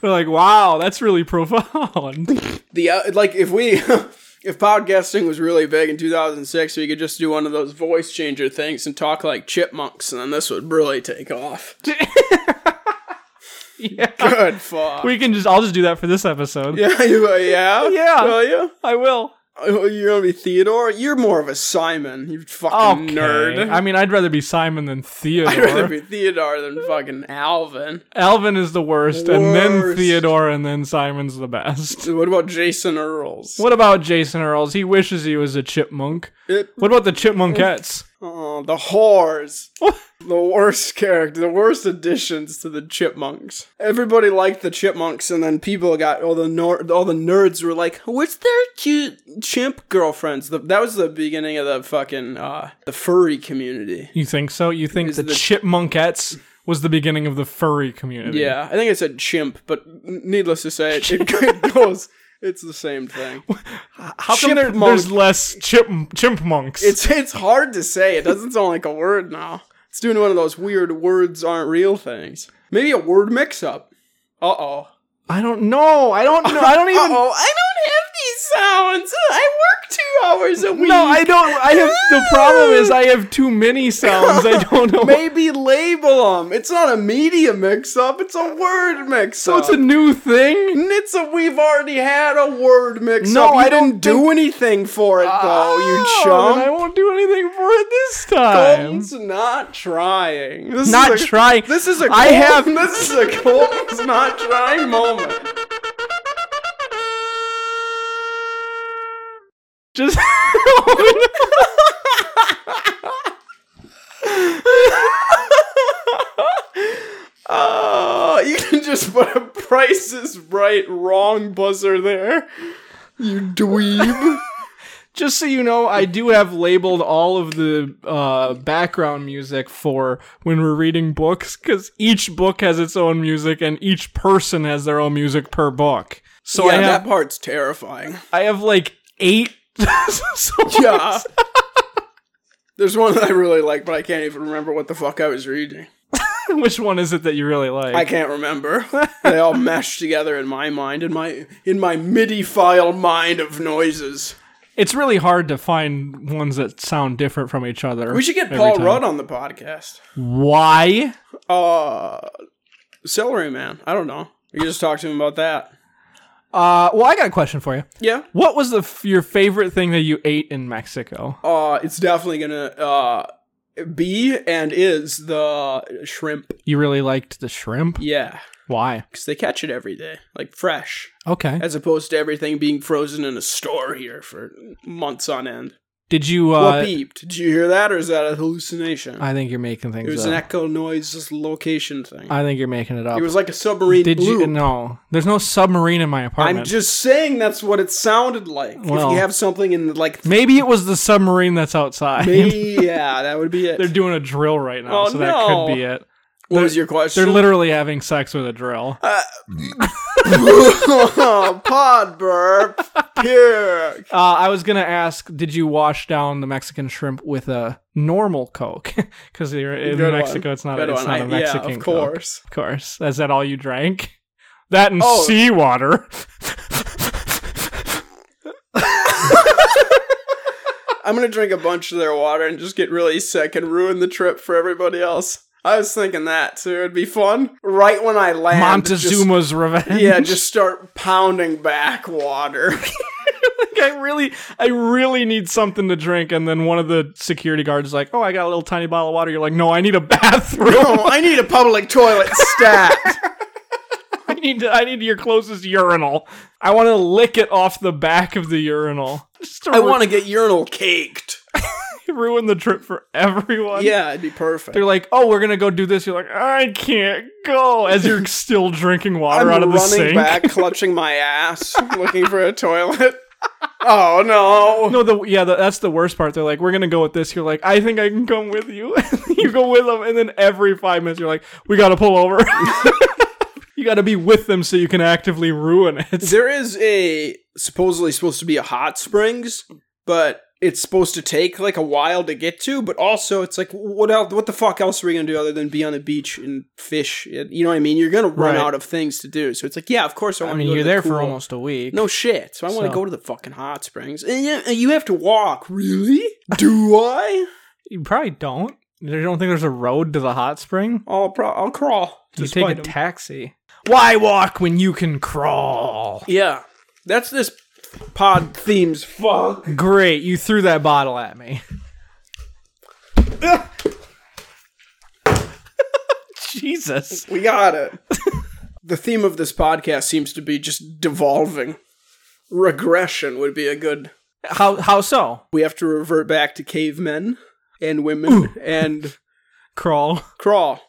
They're like, wow, that's really (laughs) profound. the uh, like if we (laughs) if podcasting was really big in 2006 we could just do one of those voice changer things and talk like chipmunks and then this would really (laughs) take off yeah. (laughs) good fuck We can just I'll just do that for this episode. yeah you uh, yeah Yeah. will you I will. Oh, you're gonna be theodore you're more of a simon you fucking Okay. nerd I mean, I'd rather be Simon than Theodore. (laughs) i'd rather be theodore than fucking alvin Alvin is the worst, and then Worst. Theodore, and then Simon's the best. (laughs) so what about jason earls What about Jason Earls? He wishes he was a chipmunk. It- What about the chipmunkettes? oh, the whores the worst character, the worst additions to the chipmunks. Everybody liked the chipmunks, and then people got all the nor- all the nerds were like, "Where's their cute chimp girlfriends?" The- that was the beginning of the fucking uh, the furry community. You think so? You think Is the, the- chipmunkettes was the beginning of the furry community? Yeah, I think it said chimp, but n- needless to say, it, it goes. It's the same thing. How come there, Chipmunk. there's less chip chipmunks? It's it's hard to say. It doesn't sound like a word now. It's doing one of those weird words aren't real things. Maybe a word mix-up. Uh oh. I don't know. I don't know. I (laughs) don't even. Oh, I don't have these sounds. I work two hours a week. No, I don't. I have the problem is I have too many sounds. I (laughs) don't know. Maybe label them. It's not a media mix-up. It's a word so mix-up. it's a new thing. It's a. We've already had a word mix-up. No, you I don't didn't do anything for it though. You Oh, then I chump. won't do anything for it this time. Colton's not trying. This Not is a, trying. This is a. I Colton- have- (laughs) This is a Colton's not trying moment. (laughs) Just. (laughs) Oh, Oh, you can just put a Price is Right wrong buzzer there. You dweeb. just so you know, I do have labeled all of the uh, background music for when we're reading books because each book has its own music and each person has their own music per book. So I have part's terrifying. I have like eight. (laughs) songs. (laughs) (laughs) Yeah. There's one that I really like, but I can't even remember what the fuck I was reading. Which one is it that you really like? I can't (laughs) remember. They all meshed together in my mind, in my in my MIDI file mind of noises. It's really hard to find ones that sound different from each other. We should get every Paul time. Rudd on the podcast. Why? Uh, Celery Man. I don't know. You just talk to him about that. Uh, well, I got a question for you. Yeah. What was the f- your favorite thing that you ate in Mexico? uh it's definitely gonna uh be and is the shrimp You really liked the shrimp. yeah Why? because they catch it every day like fresh Okay. as opposed to everything being frozen in a store here for months on end Did you? what Uh, beeped did you hear that or is that a hallucination I think you're making things it was an up. echo noise location thing I think you're making it up. it was like a submarine Did you? bloop. No, there's no submarine in my i'm apartment. just saying that's what it sounded like Well. if you have something in (laughs) like Maybe it was the submarine that's outside. maybe yeah that would be (laughs) They're it doing a drill right now, Oh, so that could no. be it. what was your They're question literally having sex with a drill. Uh, (laughs) pod burp puke Uh, I was gonna ask, did you wash down the Mexican shrimp with a normal Coke? (laughs) Because you're in Good one. Mexico, it's not Good a, it's one. not I- a Mexican. yeah, of Coke. course. of course. Is that all you drank? (laughs) That and Oh. (laughs) seawater. I'm gonna drink a bunch of their water and just get really sick and ruin the trip for everybody else. I was thinking that too. It'd be fun. Right when I land, Montezuma's revenge. (laughs) Just, yeah, just start pounding back water. (laughs) Like, I really, I really need something to drink. And then one of the security guards is like, "Oh, I got a little tiny bottle of water." You're like, "No, I need a (laughs) bathroom. oh, I need a public toilet stat. I need, to, I need your closest urinal. I want to lick it off the back of the urinal. (laughs) Just to I re- want to get urinal caked. (laughs) ruin the trip for everyone. Yeah, it'd be perfect. They're like, oh, we're gonna go do this. You're like, I can't go. As (laughs) you're still drinking I'm water out of the running sink. back, clutching my ass, looking for (laughs) a toilet. Oh no! No, the yeah, the, that's the worst part. They're like, we're gonna go with this. You're like, I think I can come with you. (laughs) you go with them, and then every five minutes, you're like, we gotta pull over. (laughs) you gotta be with them so you can actively ruin it. There is a supposedly supposed to be a hot springs, but it's supposed to take like a while to get to. But also, it's like what else? What the fuck else are we gonna do other than be on the beach and fish? You know what I mean? You're gonna run Right. out of things to do. So it's like, yeah, of course I want. I mean, to go you're to the there for cool- almost a week. No shit. So I want to So- go to the fucking hot springs. And you, and you have to walk. Really? Do I? you probably don't. You don't think there's a road to the hot spring? I'll pro- I'll crawl. You despite take a 'em. taxi. Why walk when you can crawl? Yeah. That's this pod theme's fuck. Great, you threw that bottle at (laughs) me. Jesus. We got it. the theme of this podcast seems to be just devolving. Regression would be a good. How how so? We have to revert back to cavemen and women and Crawl. crawl.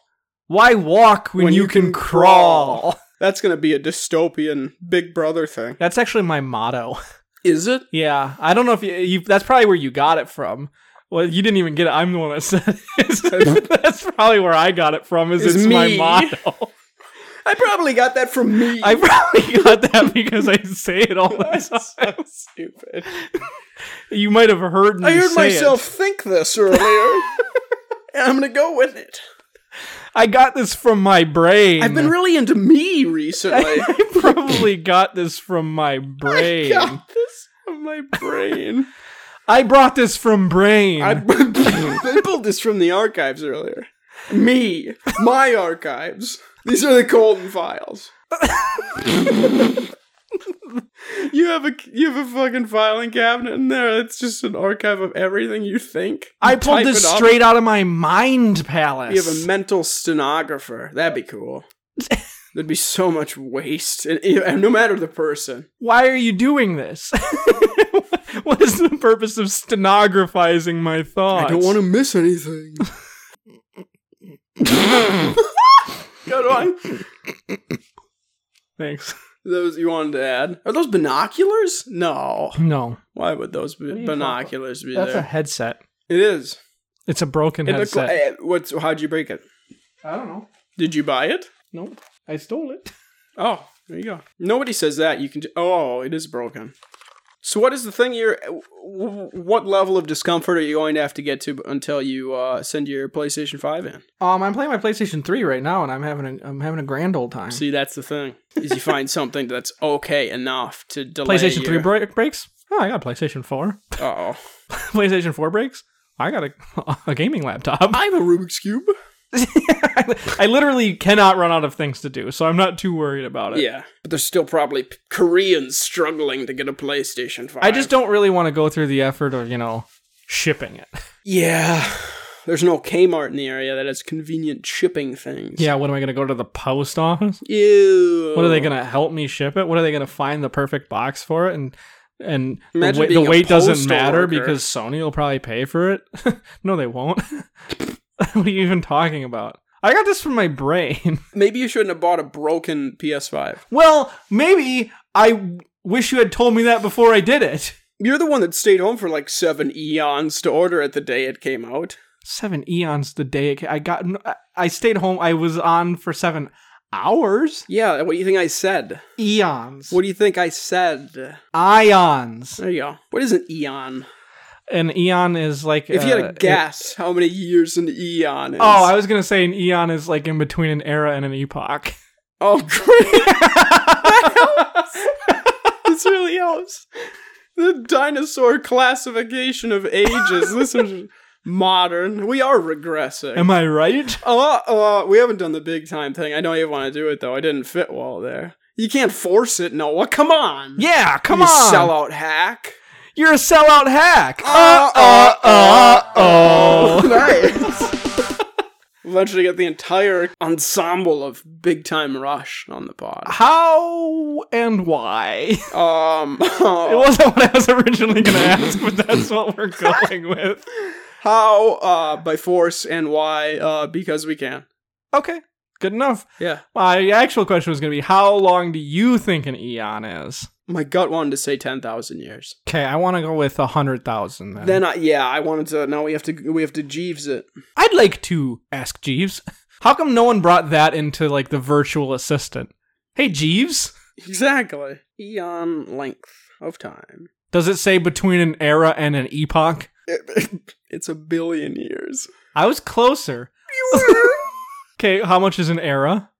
Why walk when, you, can, crawl? That's going to be a dystopian Big Brother thing. That's actually my motto. Is it? Yeah, I don't know if you, you. That's probably where you got it from. Well, you didn't even get it. I'm the one that said it. (laughs) that's probably where I got it from. Is It's it's, my me. motto? I probably got that from me. (laughs) I probably (laughs) got that because I say it all the time. stupid. You might have heard me. I heard say it. myself think this earlier, and I'm going to go with it. I got this from my brain. I've been really into me recently. I probably got this from (laughs) my brain. I, got this from my brain. brought this from brain. I, (laughs) I pulled this from the archives earlier. Me, my archives. These are the Colton files. (laughs) you have a you have a fucking filing cabinet in there. It's just an archive of everything you think. I You pulled type this it up. straight out of my mind palace. You have a mental stenographer. That'd be (laughs) cool. There'd be so much waste, and, and no matter the person. Why are you doing this? (laughs) what is the purpose of stenographizing my thoughts? to miss (laughs) anything. Good one. (laughs) Thanks. Those you wanted to add? Are those binoculars? No. No, Why would those do be you binoculars be that's a there? headset. it is. It's a broken It looked headset. like- eh, what's? How'd you break it? I don't know. Did you buy it? Nope. I stole it. (laughs) Oh, there you go. Nobody says that. You can. Ju- oh, it is broken. So what is the thing you're? w- w- What level of discomfort are you going to have to get to b- until you uh, send your PlayStation Five in? Um, I'm playing my PlayStation 3 right now, and I'm having a I'm having a grand old time. See, that's the thing. Is you find (laughs) something that's okay enough to delay PlayStation 3 your- bro- breaks? Oh, I got a PlayStation 4. Oh, (laughs) PlayStation 4 breaks? I got a, (laughs) a gaming laptop. (laughs) I have a Rubik's cube. I literally cannot run out of things to do, so I'm not too worried about it. Yeah, but there's still probably p- Koreans struggling to get a PlayStation 5. I just don't really want to go through the effort of, you know, shipping it. (laughs) Yeah. There's no Kmart in the area that has convenient shipping things. Yeah, what am I going to go to the post office? Ew. What are they going to help me ship it? What are they going to find the perfect box for it and and the, Imagine wait, the being a weight doesn't postal matter worker. because Sony will probably pay for it. (laughs) no, they won't. (laughs) what are you even talking about? I got this from my brain. (laughs) Maybe you shouldn't have bought a broken PS5. well, maybe I w- wish you had told me that before I did it. You're the one that stayed home for like seven eons to order it the day it came out. Seven eons the day it ca- I got. n- I- I stayed home. I was on for seven hours. Yeah, what do you think I said? Eons. What do you think I said? Ions. There you go. What is an eon? An eon is like If you had uh, a guess how many years an eon is. Oh, I was gonna say an eon is like in between an era and an epoch. (laughs) Oh, great. this really helps. the dinosaur classification of ages. this is modern. We are regressing. Am I right? Uh, uh, we haven't done the big time thing. I know you want to do it though. I didn't fit well there. You can't force it, Noah. Come on. Yeah, come you on. sellout hack. You're a sellout hack. Uh, uh, uh, (laughs) oh. nice. (laughs) Eventually, get the entire ensemble of Big Time Rush on (laughs) the pod. How and why? Um, (laughs) Oh. (laughs) oh, It wasn't what I was originally gonna ask, but that's what we're going with. How? Uh, by force and why? Uh, because we can. Okay, good enough. Yeah. My actual question was going to be how long do you think an eon is? My gut wanted to say ten thousand years. Okay, I want to go with a 100,000 then. Then I, yeah, I wanted to. Now we have to. We have to Jeeves it. I'd like to ask Jeeves, (laughs) how come no one brought that into like the virtual assistant? Hey Jeeves, Exactly. Eon length of time. (laughs) does it say between an era and an epoch? it's a billion years. I was closer. (laughs) okay, how much is an era?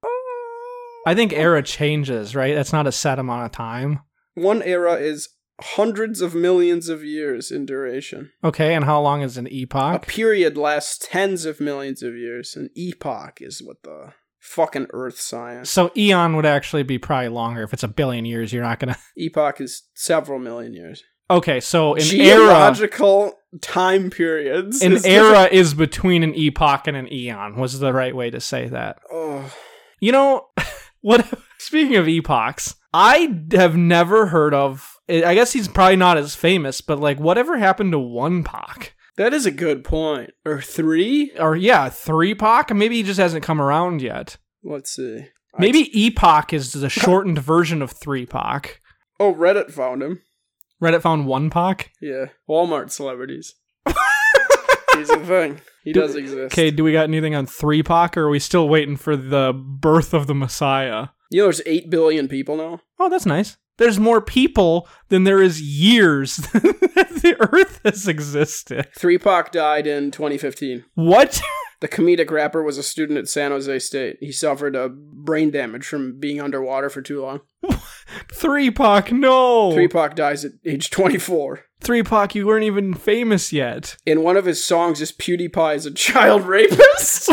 I think era changes, right? That's not a set amount of time. One era is hundreds of millions of years in duration. Okay, and how long is an A epoch? period lasts tens of millions of years. An epoch is what the fucking earth science. So eon would actually be probably longer if it's a billion years. You're not gonna. Epoch is several million years. Okay, so an era, Geological time periods. an is era is between an epoch and an eon. Was the right way to say that? different- (laughs) Oh, You know, (laughs) what? Speaking of epochs, I have never heard of. I guess he's probably not as famous, but like, whatever happened to one pock? that is a good point. Or three? Or yeah, three pock? Maybe he just hasn't come around yet. Let's see. Maybe epoch is (laughs) the shortened version of three pock. Oh, Reddit found him. Reddit found one pock. (laughs) Yeah, Walmart celebrities. He's a thing. He does exist. Okay, do we got anything on three pock? Or are we still waiting for the birth of the Messiah? You know, there's eight billion people now. Oh, that's nice. There's more people than there is years (laughs) that the Earth has existed. Three Pac died in 2015. What? (laughs) The comedic rapper was a student at San Jose State. He suffered a brain damage from being underwater for too long. Three Pac, no. Three Pac dies at age 24. Three Pac, you weren't even famous yet. In one of his songs, is PewDiePie is a (laughs) child rapist.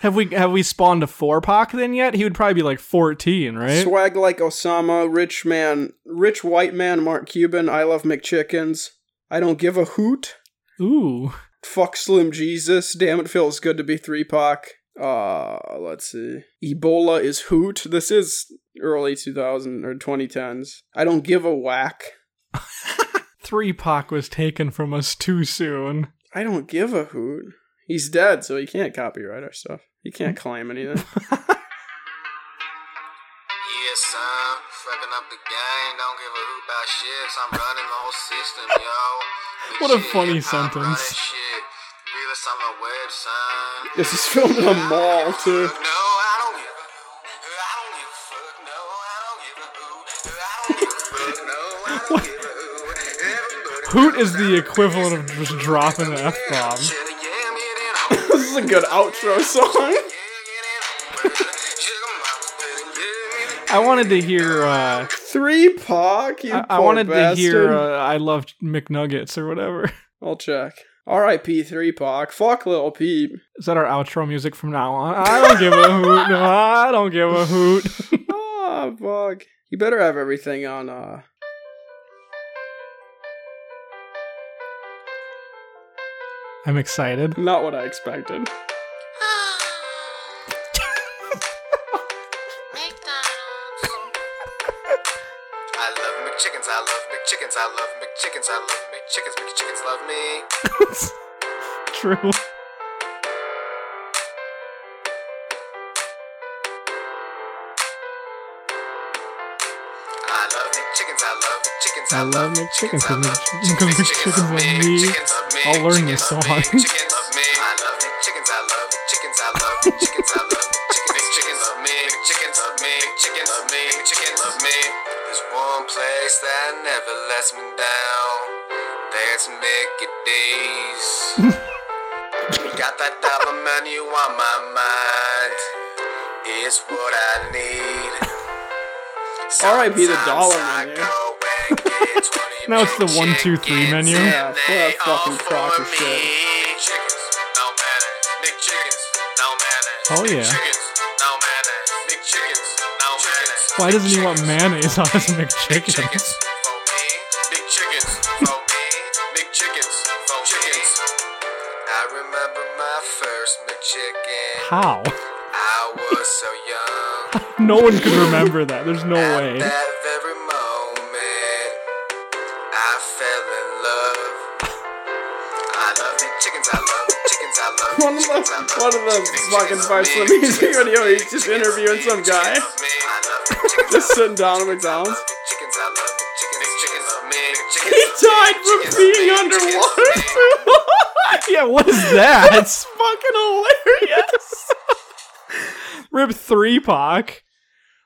Have we have we spawned a four Pac then yet? He would probably be like fourteen, right? Swag like Osama, rich man, rich white man, Mark Cuban. I love McChickens. I don't give a hoot. Ooh, Fuck Slim Jesus. Damn, it feels good to be three pack. Uh, let's see. Ebola is hoot. This is early 2000 or 2010s. I don't give a whack. Three Pac was taken from us too soon. I don't give a hoot. He's dead, so he can't copyright our stuff. He (laughs) can't claim anything. Yeah, son, fucking up the game. Don't give a hoot about shit. I'm running the whole system, yo. Big What a shit, funny hip-hop running sentence. Shit. Read us on my web, son. this is filmed in a mall, too. (laughs) Fuck No, I don't give a hoot. I don't give a fuck. No, I don't give a hoot. I don't give a fuck. No, I don't give a hoot. Everybody Hoot is the equivalent of just dropping an f bomb. shoulda yammed it and This is a good outro song. (laughs) I'm yammed it. Sugar mama better give me the I wanted to hear. uh Three Pac, you I, I poor wanted to hear. bastard. Uh, I love McNuggets or whatever. (laughs) I'll check. R.I.P. Three Pac. Fuck Little Peep. Is that our outro music from now on? I don't give a hoot. No, I don't give a hoot. (laughs) Ah, fuck. You better have everything on, uh, I'm excited. (laughs) not what I expected. (laughs) McDonald's. I love McChickens, I love McChickens, I love McChickens, I love McChickens, McChickens love me. True. I love McChickens, McChickens I love McChickens, I love I love McChickens love me, chickens love me, I'll learn this chickens love me, song. chickens love me. I love McChickens, I love McChickens, I love McChickens, I love McChickens, chickens love me, chickens love me, chickens love me, chickens love me. There's one place that never lets me down. That's Mickey D's. Got that dollar menu on my mind. It's what I need. R.I.P. the dollar Sometimes I menu. go and (laughs) get 20 Now it's the one, two, three McChickens menu. and Yeah, full they of fucking all for crocker me. shit. Chickens, no matter. McChickens, no matter. Oh, yeah. McChickens, no matter. McChickens, no matter. Why doesn't he want McChickens. mayonnaise on his (laughs) Big McChicken? chickens for me. Big chickens for me. Big chickens for chickens. I remember my first McChicken. How? I was so young. No one could remember that. There's no At way. that very moment, I fell in love. one of the fucking parts of the music video, he's (laughs) just interviewing some guy, (laughs) just sitting down at McDonald's. He died from being underwater too long. Yeah, what is (laughs) that? That's fucking hilarious. (laughs) Oh. Rip three Pac.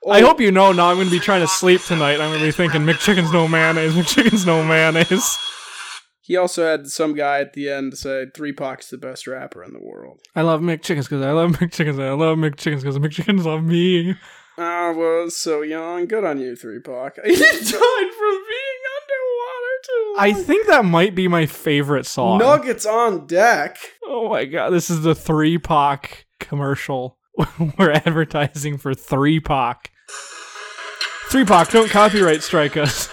I hope you know now I'm gonna be trying to sleep tonight. I'm gonna be thinking McChicken's no mayonnaise, McChicken's no mayonnaise. He also had some guy at the end say, Three Pac's the best rapper in the world. I love McChickens because I love (laughs) McChickens and I love McChickens because McChickens love me. I was so young. Good on you, Three Pac. (laughs) He died from being underwater too. I think that might be my favorite song. Nuggets on deck. Oh my god, this is the three Pac commercial. (laughs) We're advertising for three Pac. Three Pac, don't copyright strike us.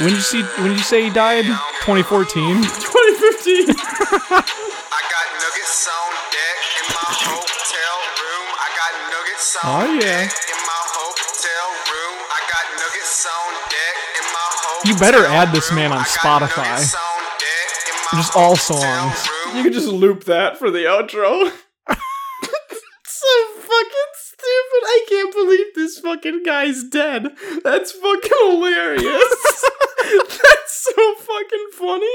When did you see? When did you say he died? 2014. 2015. I got nuggets on deck in my hotel room. I got nuggets on Oh yeah. deck in my hotel room. I got nuggets on deck in my hotel You better add this man on room. I got Spotify. nuggets on deck in my Just all hotel songs. room. You can just loop that for the outro. (laughs) so fucking stupid. I can't believe this fucking guy's dead. That's (laughs) fucking hilarious. That's so fucking funny.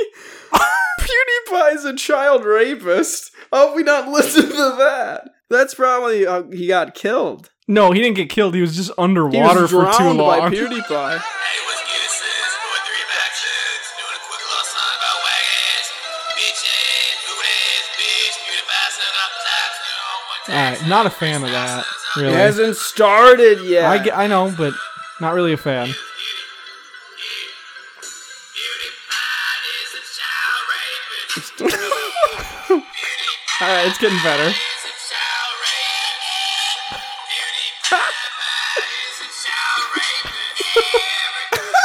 PewDiePie's a child rapist. How have we not listened to that? That's probably uh, he got killed. (laughs) No, he didn't get killed. He was just He underwater was for drowned too by long. PewDiePie. Hey, what's good, sis? Boy, three back sis. Doing a quick little song about wag ass, bitch ass, boot ass, bitch, beautify, son up tops. You know, one time. Alright, not a fan of that. Really. It hasn't started yet. I, get- I know, but not really a fan. Beautified is a child rapist. Alright, it's getting better. Is a child rapist. Beautified is a child rapist.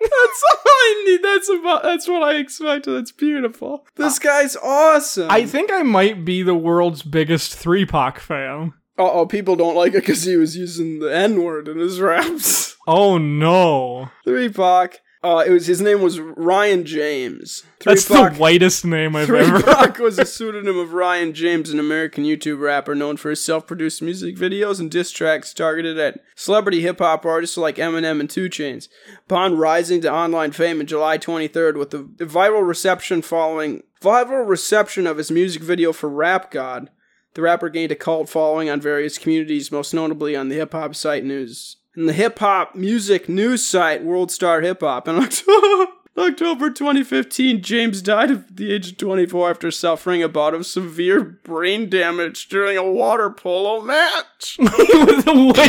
That's all I need. That's about. That's what I expected. That's beautiful. This guy's awesome. I think I might be the world's biggest three Pac fan. Uh oh, people don't like it because he was using the N word in his (laughs) raps. Oh no. Three Pac. Uh, it was his name was Ryan James. Three That's the whitest name I've Three ever (laughs) Pac (laughs) was a pseudonym of Ryan James, an American YouTube rapper known for his self-produced music videos and diss tracks targeted at celebrity hip hop artists like Eminem and Two Chainz. Upon rising to online fame in July 23rd, with the viral reception following viral reception of his music video for Rap God, the rapper gained a cult following on various communities, most notably on the hip hop site news and the hip hop music news site World Star Hip Hop. In October, (laughs) October 2015, James died at the age of 24 after suffering a bout of severe brain damage during a water polo match. (laughs) Wait,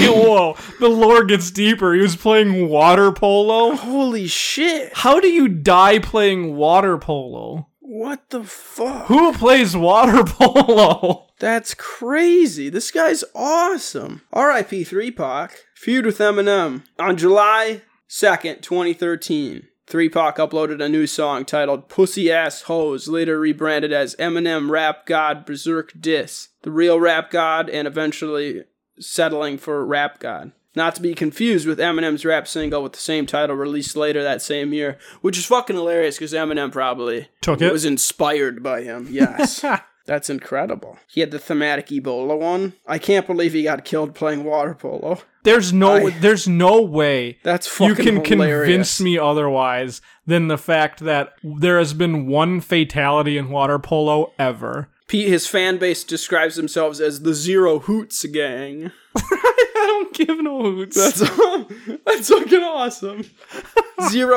whoa. The lore gets deeper. He was playing water polo. Holy shit! How do you die playing water polo? What the fuck? Who plays water (laughs) (laughs) polo? That's crazy. This guy's awesome. R.I.P. 3 Pac. Feud with Eminem. On July 2nd, 2013, 3 Pac uploaded a new song titled Pussy Ass Hoes, later rebranded as Eminem Rap God Berserk Diss, The Real Rap God, and eventually settling for Rap God. Not to be confused with Eminem's rap single with the same title released later that same year, which is fucking hilarious because Eminem probably Took it. was inspired by him. (laughs) Yes. That's incredible. He had the thematic Ebola one. I can't believe he got killed playing water polo. There's no I- there's no way That's you fucking can hilarious. convince me otherwise than the fact that there has been one fatality in water polo (laughs) ever. Pete, his fan base describes themselves as the Zero Hoots Gang. (laughs) I don't give no hoots. That's that's fucking awesome.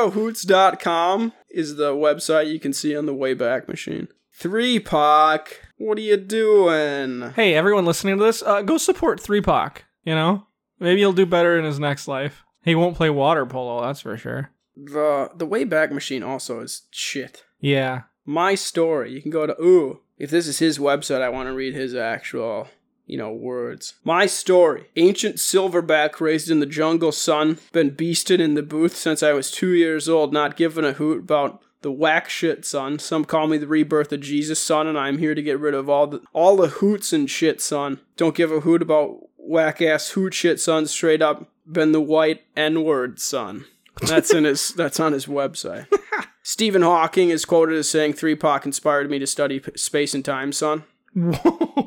ZeroHoots.com is the website you can see on the Wayback Machine. Three Pac, what are you doing? Hey, everyone listening to this, uh, go support Three Pac. You know, maybe he'll do better in his next life. He won't play water polo, that's for sure. The the Wayback Machine also is shit. Yeah, (laughs) my story. You can go to ooh. If this is his website, I want to read his actual, you know, words. My story. Ancient silverback raised in the jungle sun, been beasted in the booth since I was 2 years old, not giving a hoot about the whack shit son. Some call me the rebirth of Jesus son and I'm here to get rid of all the all the hoots and shit son. Don't give a hoot about whack ass hoot shit son straight up been the white n-word son. That's in his that's on his website. Stephen Hawking is quoted as saying, Three Pac inspired me to study p- space and time, son. Whoa,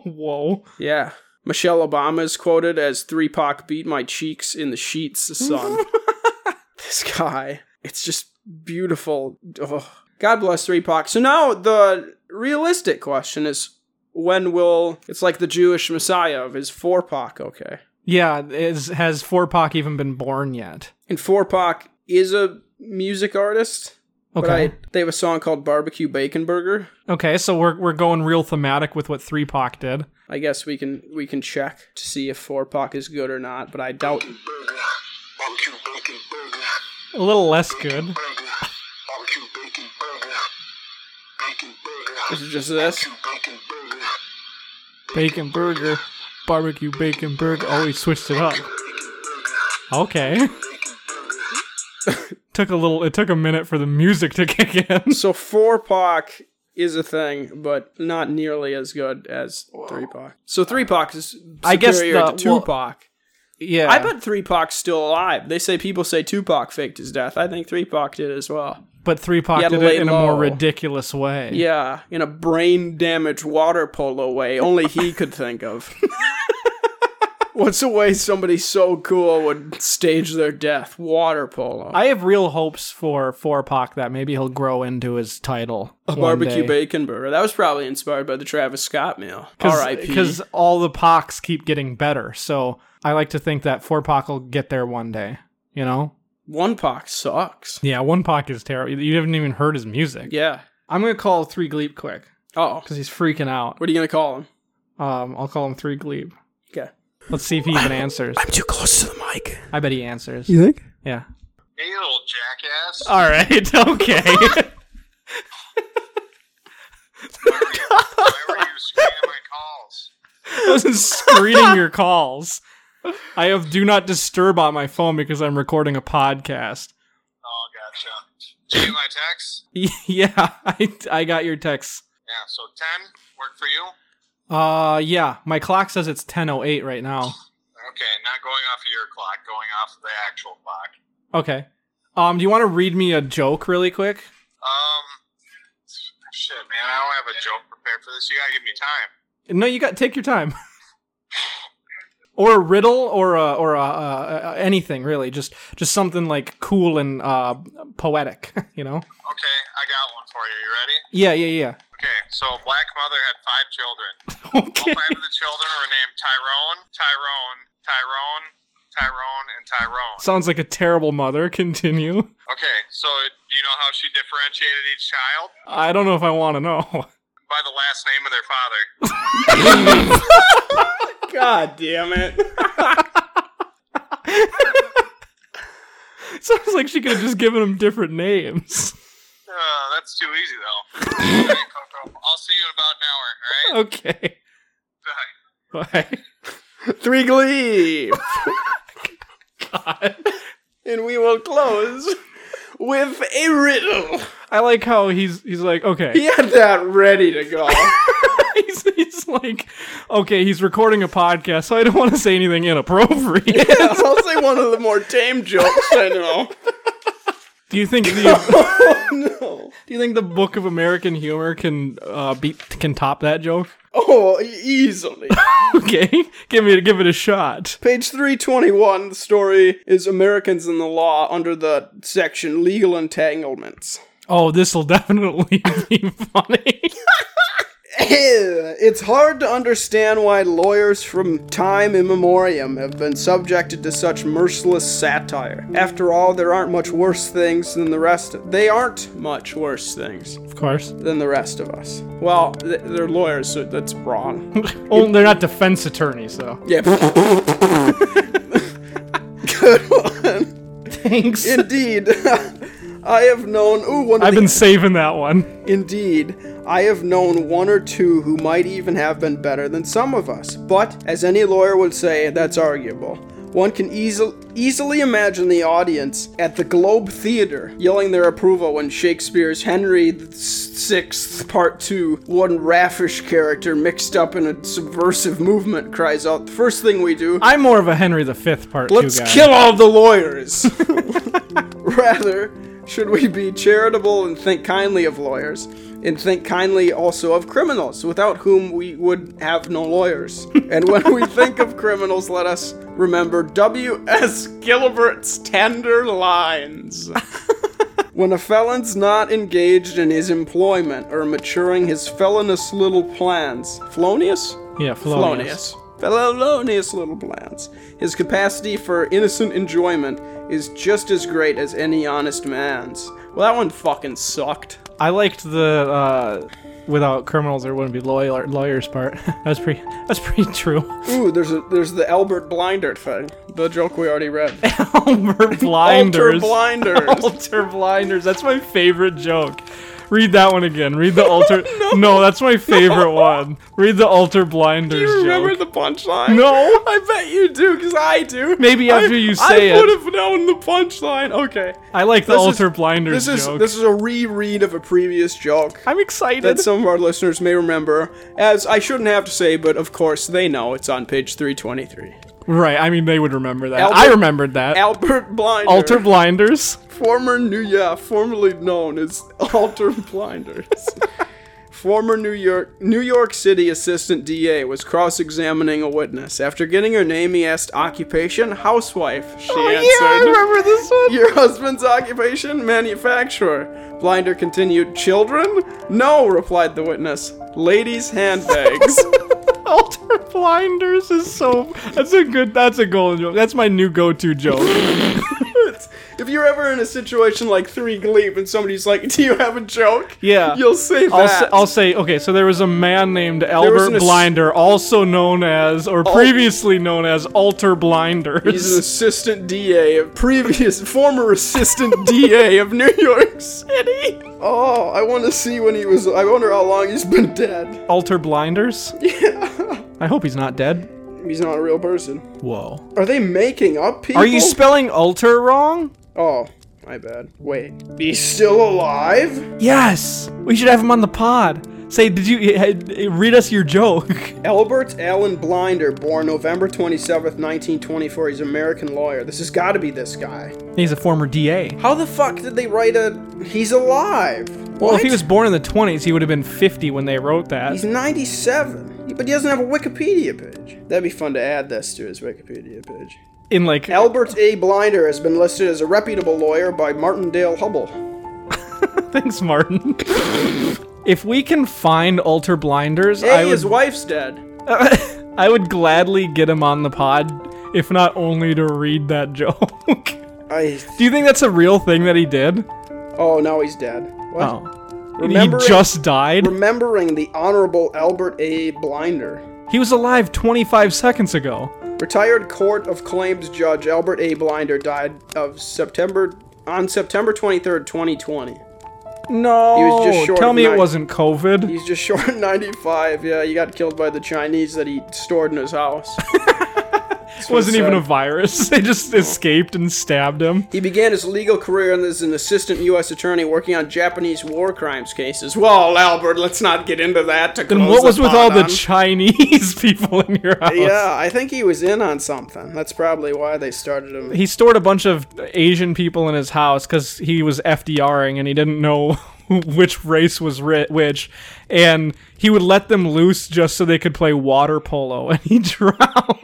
whoa. Yeah. Michelle Obama is quoted as Three Pac beat my cheeks in the sheets, son. (laughs) this guy. It's just beautiful. Ugh. God bless Three Pac. So now the realistic question is when will it's like the Jewish Messiah of is four Pac okay? Yeah, is has Four Pac even been born yet? And four Pac is a music artist. But Okay. I, they have a song called Barbecue Bacon Burger. Okay, so we're we're going real thematic with what Three Pac did. I guess we can we can check to see if four Pac is good or not, but I doubt burger, barbecue bacon burger, A little less good. burger, barbecue bacon burger, bacon burger, Is it just this? bacon burger, Bacon burger, barbecue bacon burger. Oh, we switched it up. Okay. (laughs) took a little. It took a minute for the music to kick in. So four Pac is a thing, but not nearly as good as three Pac. So three Pac is superior I guess the- to two well- Pac. Yeah, I bet three Pac's still alive. They say people say Tupac faked his death. I think three Pac did as well. but Three Pac Yeah, did lay it in a low. more ridiculous way. Yeah, in a brain damaged water polo way only he could think of. (laughs) What's a way somebody so cool would stage their death? Water polo. I have real hopes for Four Pac that maybe he'll grow into his title. a barbecue bacon burger. That was probably inspired by the Travis Scott meal. R.I.P. Because all the Pacs keep getting better, so I like to think that Four Pac will get there one day. You know. one Pac sucks. Yeah, one Pac is terrible. You haven't even heard his music. Yeah. I'm gonna call Three Gleep quick Oh. because he's freaking out. What are you gonna call him? Um, I'll call him Three Gleep. Okay. Let's see if he even answers. I'm too close to the mic. I bet he answers. think? Yeah. Hey, little jackass. (laughs) All (laughs) right. (laughs) Okay. Why were you screwing my calls? I was screening your calls. I have do not disturb on my phone because I'm recording a podcast. (laughs) Oh, gotcha. Did you get my text? yeah, I, I got your texts. Yeah, so 10, work for you? Uh, yeah, my clock says it's 10:08 right now. Okay, not going off of your clock, going off of the actual clock. Okay. Um, do you want to read me a joke really quick? Um, shit, man, I don't have a joke prepared for this. You gotta give me time. No, you got take your time. (laughs) or a riddle, or a, or a, uh, anything really. Just just something like cool and uh, poetic. (laughs) You know? Okay, I got one for you. You ready? Yeah, yeah, yeah. (laughs) Okay, so Black Mother had five children. All Okay. five of the children were named Tyrone, Tyrone, Tyrone, Tyrone, and Tyrone. Sounds like a terrible mother. Continue. Okay, so do you know how she differentiated each child? I don't know if I want to know. (laughs) By the last name of their father. God damn it. Sounds like she could have just given them different names. (laughs) Uh, that's too easy, though. (laughs) All right, Coco, I'll see you in about an hour, all (laughs) right? Okay. Bye. Bye. (laughs) Three glee. God. and we will close with a riddle. I like how he's he's like okay. He had that ready to (laughs) go. (laughs) he's, he's like, okay, he's recording a podcast, so I don't want to say anything (laughs) inappropriate. I'll say one of the more tame jokes I know. do you think the Oh no. do you think the Book of American Humor can uh, beat can top that joke? (laughs) Oh, e- easily. Okay, give me give it a shot. Page 321, the story is Americans in the Law under the section Legal Entanglements. Oh, this will (laughs) definitely be funny. it's hard to understand why lawyers from time immemorium have been subjected to such merciless satire. After all, there aren't much worse things than the rest. Of, they aren't much worse things of course. than the rest of us. Well, th- they're lawyers, so that's wrong. (laughs) Oh, they're not defense attorneys though. Yeah. Good one. Thanks. Indeed. (laughs) I have known. Ooh, one (laughs) of I've the been saving that one. Indeed, I have known one or two who might even have been better than some of us, but as any lawyer would say, that's arguable. One can easily easily imagine the audience at the Globe Theater yelling their approval when Shakespeare's Henry VI, Part 2, one raffish character mixed up in a subversive movement cries out, The first thing we do, I'm more of a Henry V part two Let's guy. kill all the lawyers. (laughs) Rather should we be charitable and think kindly of lawyers, and think kindly also of criminals, without whom we would have no lawyers? and when we think of criminals, let us remember W.S. Gilbert's tender lines. When a felon's not engaged in his employment or maturing his felonious little plans, felonious? Yeah, Felonious. felonious. Felonious little plans. His capacity for innocent enjoyment is just as great as any honest man's. Well, that one fucking sucked. I liked the uh, without criminals there wouldn't be lawyer, lawyers part. (laughs) that was pretty. That's pretty true. (laughs) Ooh, there's a there's the Albert Blinder thing. The joke we already read. Alter (laughs) Alter blinders. Blinders. (laughs) Alter blinders. That's my favorite joke. Read that one again. Read the (laughs) alter. no, that's my favorite one. Read the alter blinders. Do you remember joke. the punchline? No. I bet you do, because I do. Maybe after I- you say I it. would have known the punchline. Okay. I like the This is- alter blinders This is joke. this is a reread of a previous joke I'm excited. that some of our listeners may remember. As I shouldn't have to say, but of course they know it's on page 323. right. I mean, they would remember that. Albert- I remembered that. Albert Blinder, alter blinders. former New yeah, formerly known as Alter Blinders. (laughs) Former New York New York City assistant DA was cross-examining a witness. After getting her name, he asked occupation housewife. She Oh, answered. this one. Your husband's occupation? Manufacturer. Blinder continued, Children? No, replied the witness. Ladies' (laughs) handbags. Alter blinders is so. That's a good. That's a golden joke. That's my new go-to joke. if you're ever in a situation like Three Gleep and somebody's like, Do you have a joke? Yeah. You'll say I'll say, that. I'll say okay. So there was a man named Albert an ass- Blinder, also known as, or previously known as Alter He's an (laughs) Blinders. assistant DA, a previous (laughs) former assistant (laughs) DA of New York City. Oh, I want to see when he was. I wonder how long he's been dead. Alter Blinders. Yeah. I hope he's not dead. He's not a real person. Whoa. Are they making up people? Are you spelling alter wrong? Oh, my bad. Wait. He's still alive? Yes. We should have him on the pod. Say, did you eh, eh, read us your joke? (laughs) Albert Allen Blinder, born November 27th, 1924. He's an American lawyer. This has got to be this guy. He's a former DA. How the fuck did they write a. He's alive? Well, if What? he was born in the 20s, he would have been 50 when they wrote that. He's 97, but he doesn't have a Wikipedia page. That'd be fun to add this to his Wikipedia page. in like Albert A. Blinder has been listed as a reputable lawyer by Martindale Hubble. (laughs) Thanks, Martin. (laughs) if we can find Alter Blinders, Hey, I would, his wife's dead. I would gladly get him on the pod, if not only to read that joke. (laughs) I. Do you think that's a real thing that he did? Oh, now he's dead. What? Oh. Remembering- he just died? Remembering the Honorable Albert A. Blinder. he was alive 25 seconds ago. Retired Court of Claims Judge Albert A. Blinder died of September on September 23rd, 2020. No. just short Tell of me it nine- wasn't COVID. He's just short of 95. Yeah, he got killed by the Chinese that he stored in his house. (laughs) It wasn't even a virus. (laughs) they just Oh. escaped and stabbed him. He began his legal career as an assistant U.S. attorney working on Japanese war crimes cases. Well, Albert, let's not get into that. To Then close what was the with pod all the on. Chinese (laughs) people in your house? yeah, I think he was in on something. That's probably why they started him. he stored a bunch of Asian people in his house because he was FDRing and he didn't know (laughs) which race was ri- which, and he would let them loose just so they could play water polo, (laughs) and he drowned.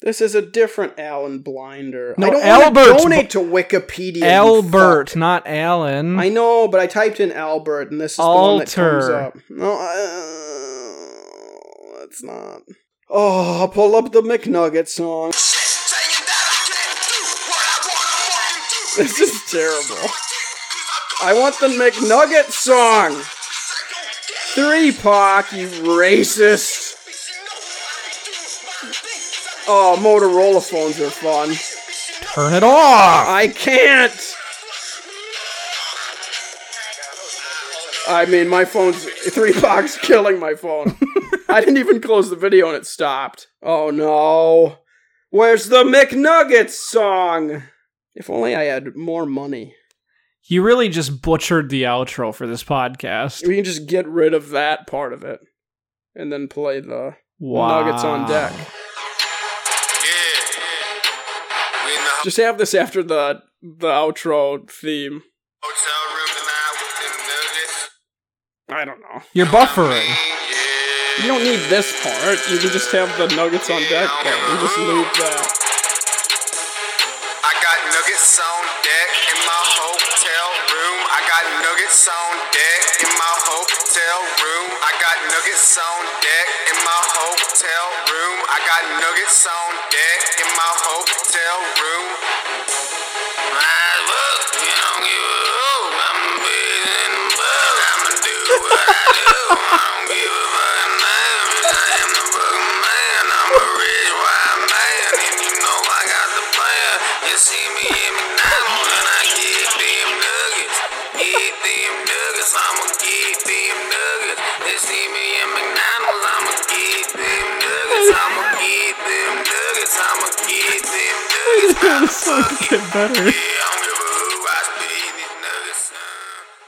This is a different Alan Blinder. No, I don't wanna Albert's donate to Wikipedia. you fuck. Albert, not Alan. I know, but I typed in Albert, and this is the one Alter. that comes up. No, I, uh, it's not. Oh, I'll pull up the McNugget song. Saying that I can't do what I wanna fucking do. This is terrible. I want the McNugget song. Three Pac, you racist. Oh, Motorola phones are fun. Turn it off. I can't. I mean, my phone's three bucks killing my phone. I didn't even close the video and it stopped. Oh no. Where's the McNuggets song? If only I had more money. You really just butchered the outro for this podcast. We can just get rid of that part of it and then play the Wow. Nuggets on deck. Yeah. We in the Just have this after the the outro theme. I don't know. You're buffering. You don't need this part. You can just have the nuggets on deck part. You just leave the. I got nuggets on deck in my hotel room. I got nuggets on deck in my hotel room. I got nuggets on deck in my hotel room. I got nuggets on deck in my hotel room. Rise up, you don't give a hoot. I'm amazing in the bug. I'ma do what I do. I don't give a fucking damn. And I am the fucking man. I'm a rich wild man. And you know I got the plan. You see me in McDonald's and I get them nuggets. Eat them nuggets. I'ma get them nuggets. They see me in McDonald's. I'ma get them nuggets. I'ma get them nuggets. I'ma get them nuggets. so much better. Yeah, I'm